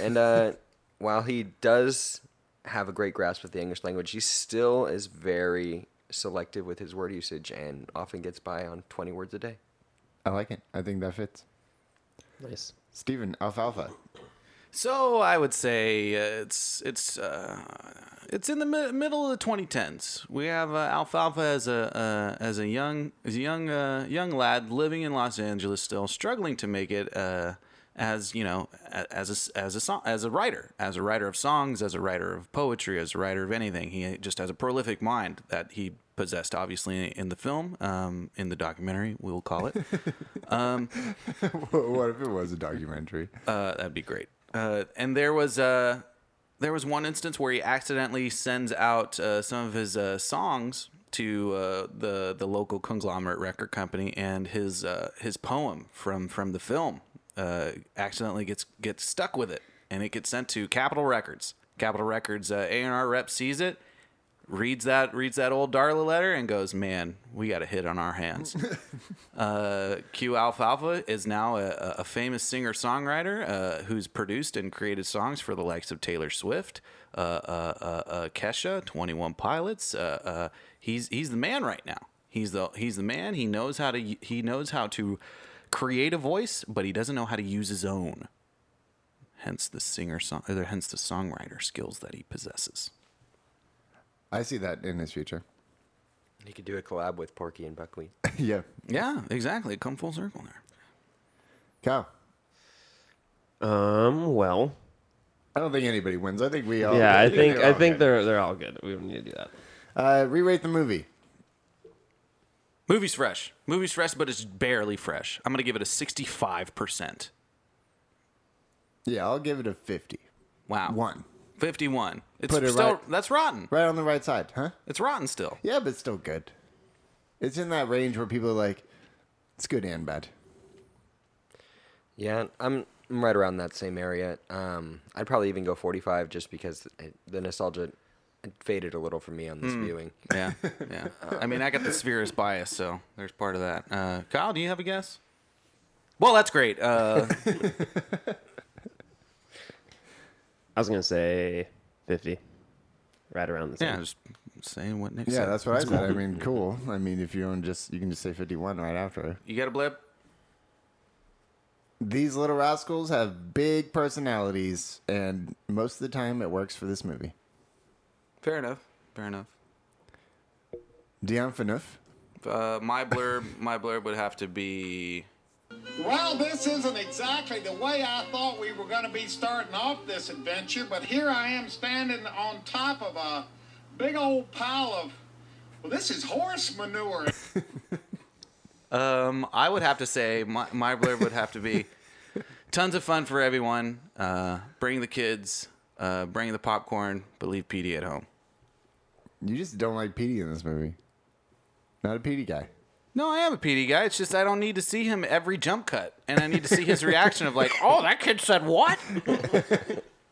S4: And uh, while he does have a great grasp of the English language, he still is very selective with his word usage and often gets by on 20 words a day.
S1: I like it. I think that fits.
S3: Nice.
S1: Stephen Alfalfa.
S2: So I would say uh, it's it's uh, it's in the mi- middle of the 2010s. We have uh, Alfalfa as a uh, as a young as a young uh, young lad living in Los Angeles, still struggling to make it uh, as you know a- as a s- as a song, as a writer, as a writer of songs, as a writer of poetry, as a writer of anything. He just has a prolific mind that he possessed, obviously, in the film, um, in the documentary, we'll call it.
S1: what if it was a documentary?
S2: Uh, that'd be great. Uh, and there was uh, there was one instance where he accidentally sends out uh, some of his uh, songs to uh, the the local conglomerate record company, and his uh, his poem from from the film uh, accidentally gets gets stuck with it, and it gets sent to Capitol Records. Capitol Records uh, A and R rep sees it, reads that reads that old Darla letter, and goes, "Man, we got a hit on our hands." Uh, Q Alfalfa is now a, a- a famous singer songwriter uh, who's produced and created songs for the likes of Taylor Swift, uh, uh, uh, uh, Kesha, Twenty One Pilots. Uh, uh, he's he's the man right now. He's the he's the man. He knows how to he knows how to create a voice, but he doesn't know how to use his own. Hence the singer song, or hence the songwriter skills that he possesses.
S1: I see that in his future.
S4: He could do a collab with Porky and Buckwheat.
S1: yeah.
S2: Yeah, exactly. Come full circle there.
S1: Cow.
S3: Um. Well.
S1: I don't think anybody wins. I think we all.
S3: yeah. I think
S1: Oh, they're
S3: I
S1: all
S3: think
S1: good.
S3: they're they're all good. We don't need to do that.
S1: Uh, rewrite the movie.
S2: Movie's fresh. Movie's fresh, but it's barely fresh. I'm gonna give it a 65 percent.
S1: Yeah, I'll give it a 50.
S2: Wow.
S1: One.
S2: 51. It's
S1: Put it
S2: still
S1: right-
S2: that's rotten.
S1: Right on the right side, huh?
S2: It's rotten still.
S1: Yeah, but still good. It's in that range where people are like, it's good and bad.
S4: Yeah, I'm I'm right around that same area. Um, I'd probably even go 45 just because it, the nostalgia it faded a little for me on this viewing.
S2: Yeah. Yeah. I mean, I got the spherist bias, so there's part of that. Uh, Kyle, do you have a guess? Well, that's great. Uh,
S3: I was gonna say fifty, right around the same.
S2: yeah, just saying what Nick
S1: Yeah,
S2: said.
S1: that's what I said. I mean, cool. I mean, if you don't just, you can just say 51 right after.
S2: you got a blip?
S1: These little rascals have big personalities, and most of the time it works for this movie.
S2: Fair enough. Fair enough.
S1: Dion Phaneuf.
S2: Uh, my blurb, my blurb would have to be
S9: Well, this isn't exactly the way I thought we were going to be starting off this adventure, but here I am standing on top of a big old pile of. Well, this is horse manure.
S2: Um, I would have to say my, my blurb would have to be tons of fun for everyone. Uh, bring the kids, uh, bring the popcorn, but leave PD at home.
S1: You just don't like Petey in this movie. Not a Petey guy.
S2: No, I am a PD guy. It's just I don't need to see him every jump cut, and I need to see his reaction of like, oh, that kid said what?
S1: Kind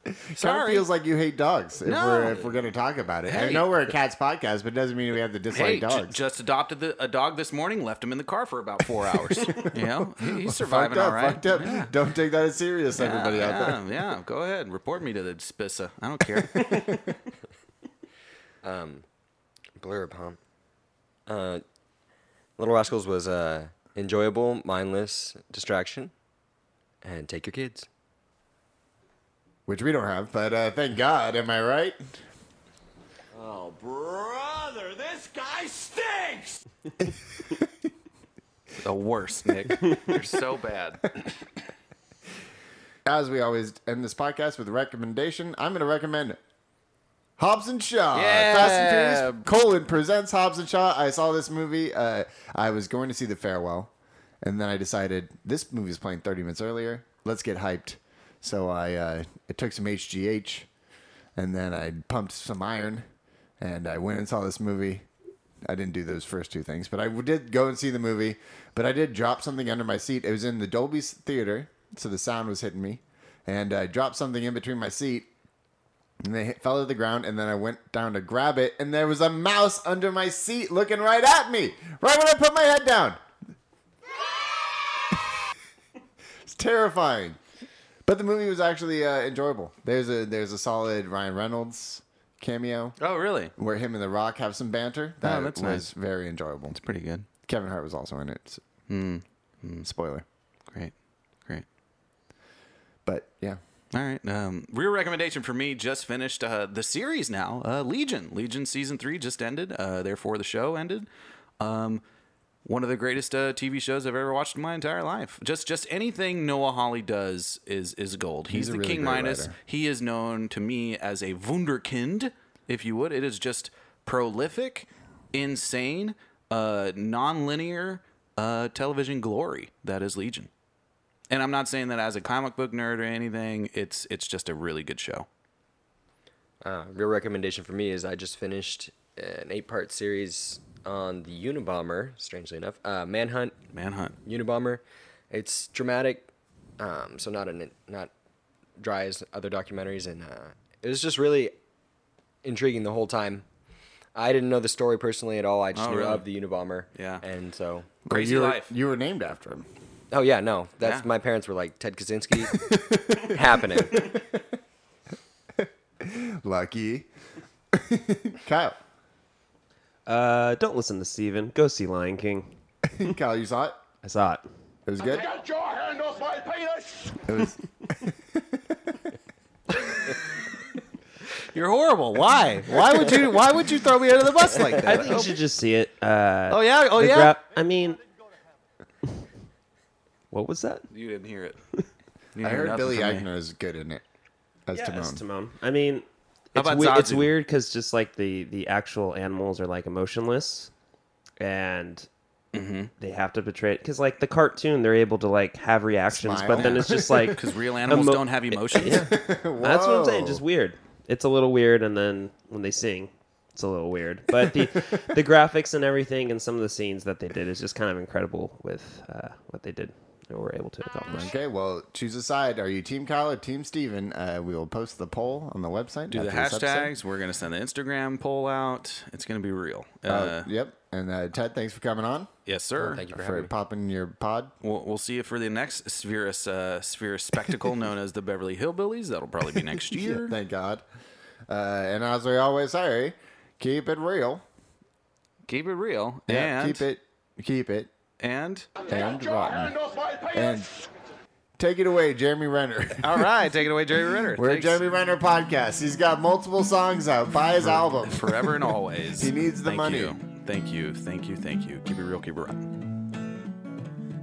S1: of
S2: Sorry.
S1: feels like you hate dogs. If
S2: No.
S1: we're if we're gonna talk about it, I
S2: Hey.
S1: know we're a cats podcast, but it doesn't mean we have to dislike
S2: Hey, j-
S1: dogs.
S2: just adopted the, a dog this morning. Left him in the car for about four hours. you know, he, he's surviving
S1: fucked up,
S2: all right.
S1: fucked up. Don't take that as serious, everybody
S2: yeah,
S1: out there.
S2: yeah, yeah, go ahead. Report me to the Spissa. I don't care.
S4: Blurb, huh? Uh, Little Rascals was uh, enjoyable, mindless distraction, and take your kids.
S1: Which we don't have, but uh, thank God. Am I right?
S9: Brother, this guy stinks!
S2: the worst, Nick. You're so bad.
S1: As we always end this podcast with a recommendation, I'm going to recommend Hobbs and Shaw.
S2: Yeah.
S1: Fast and Furious colon presents Hobbs and Shaw. I saw this movie. Uh, I was going to see The Farewell, and then I decided this movie is playing 30 minutes earlier. Let's get hyped. So I uh, I took some HGH, and then I pumped some iron, and I went and saw this movie. I didn't do those first two things, but I did go and see the movie. But I did drop something under my seat. It was in the Dolby Theater, so the sound was hitting me, and I dropped something in between my seat, and they hit- fell to the ground. And then I went down to grab it, and there was a mouse under my seat looking right at me, right when I put my head down. it's terrifying, but the movie was actually uh, enjoyable. There's a there's a solid Ryan Reynolds cameo
S2: Oh, really?
S1: where him and The Rock have some banter. That
S2: that's
S1: was
S2: nice.
S1: very enjoyable.
S2: It's pretty good.
S1: Kevin Hart was also in it. so- Spoiler,
S2: Great. Great.
S1: but yeah,
S2: All right. Um, real recommendation for me. Just finished uh, the series now. Uh, Legion. Legion season three just ended. Uh, therefore, the show ended. Um, one of the greatest uh, TV shows I've ever watched in my entire life. Just just anything Noah Hawley does is is gold. He's,
S1: a
S2: the
S1: really
S2: King
S1: great
S2: Midas.
S1: writer.
S2: He is known to me as a wunderkind, if you would. It is just prolific, insane, uh, non-linear uh, television glory. That is Legion and I'm not saying that as a comic book nerd or anything. It's it's just a really good show.
S4: Uh, real recommendation for me is I just finished an eight-part series on the Unabomber. Strangely enough, uh, Manhunt
S2: Manhunt.
S4: Unabomber. It's dramatic, um, so not an, not dry as other documentaries, and uh, it was just really intriguing the whole time. I didn't know the story personally at all. I just
S2: Oh,
S4: knew
S2: really?
S4: of the Unabomber.
S2: Yeah.
S4: and so
S2: Crazy
S1: you were,
S2: life.
S1: You were named after him.
S4: oh yeah, no, that's
S2: Yeah.
S4: my parents were like Ted Kaczynski happening.
S1: Lucky. Kyle.
S3: Uh, don't listen to Steven. Go see Lion King.
S1: Kyle, you saw it?
S3: I saw it.
S1: It was good?
S6: Get your hand off my penis!
S1: It was
S2: You're horrible. Why? Why would you? Why would you throw me under the bus like
S3: I think you should just see it. Uh,
S2: oh yeah. Oh
S3: the
S2: yeah.
S3: gra- I mean, what was that?
S2: you didn't hear it.
S1: I heard Billy
S2: Agnew.
S1: Eichner is good in it. As Timon.
S3: That's Timon. I mean,
S2: How
S3: it's,
S2: about
S3: we- it's
S2: Zazu?
S3: weird because just like the the actual animals are like emotionless, and
S1: Mm-hmm.
S3: they have to betray it because like the cartoon they're able to like have reactions,
S1: Smile.
S3: but then it's just like
S2: Because real animals
S3: Emo-
S2: don't have emotions.
S3: that's what I'm saying.
S1: Whoa.
S3: Just weird. It's a little weird, and then when they sing. It's a little weird, but the the graphics and everything and some of the scenes that they did is just kind of incredible with uh, what they did and were able to accomplish.
S1: Okay, well, choose a side. Are you Team Kyle or Team Steven? Uh, we will post the poll on the website.
S2: Do the
S1: after this episode.
S2: hashtags. We're gonna send the Instagram poll out. It's gonna be real. Uh,
S1: Uh, yep. And uh, Ted, thanks for coming on,
S2: yes, sir.
S4: Thank you for
S1: for
S4: having me.
S1: popping your pod.
S2: We'll, we'll see you for the next Spherus, uh, Spherus spectacle known as the Beverly Hillbillies. That'll probably be next year.
S1: Thank God. Uh, and as we always say, keep it real.
S2: keep it real.
S1: Yeah,
S2: and
S1: keep it, keep it,
S2: And
S1: and
S6: Your hand
S1: rotten.
S6: off my penis!
S1: And take it away, Jeremy Renner.
S2: all right, take it away, Jerry Ritter.
S1: We're a
S2: Thanks.
S1: Jeremy Renner podcast. He's got multiple songs out. Buy his album.
S2: forever and always.
S1: He needs the
S2: Thank
S1: money.
S2: you. Thank you, thank you, thank you. Keep it real, keep it rotten.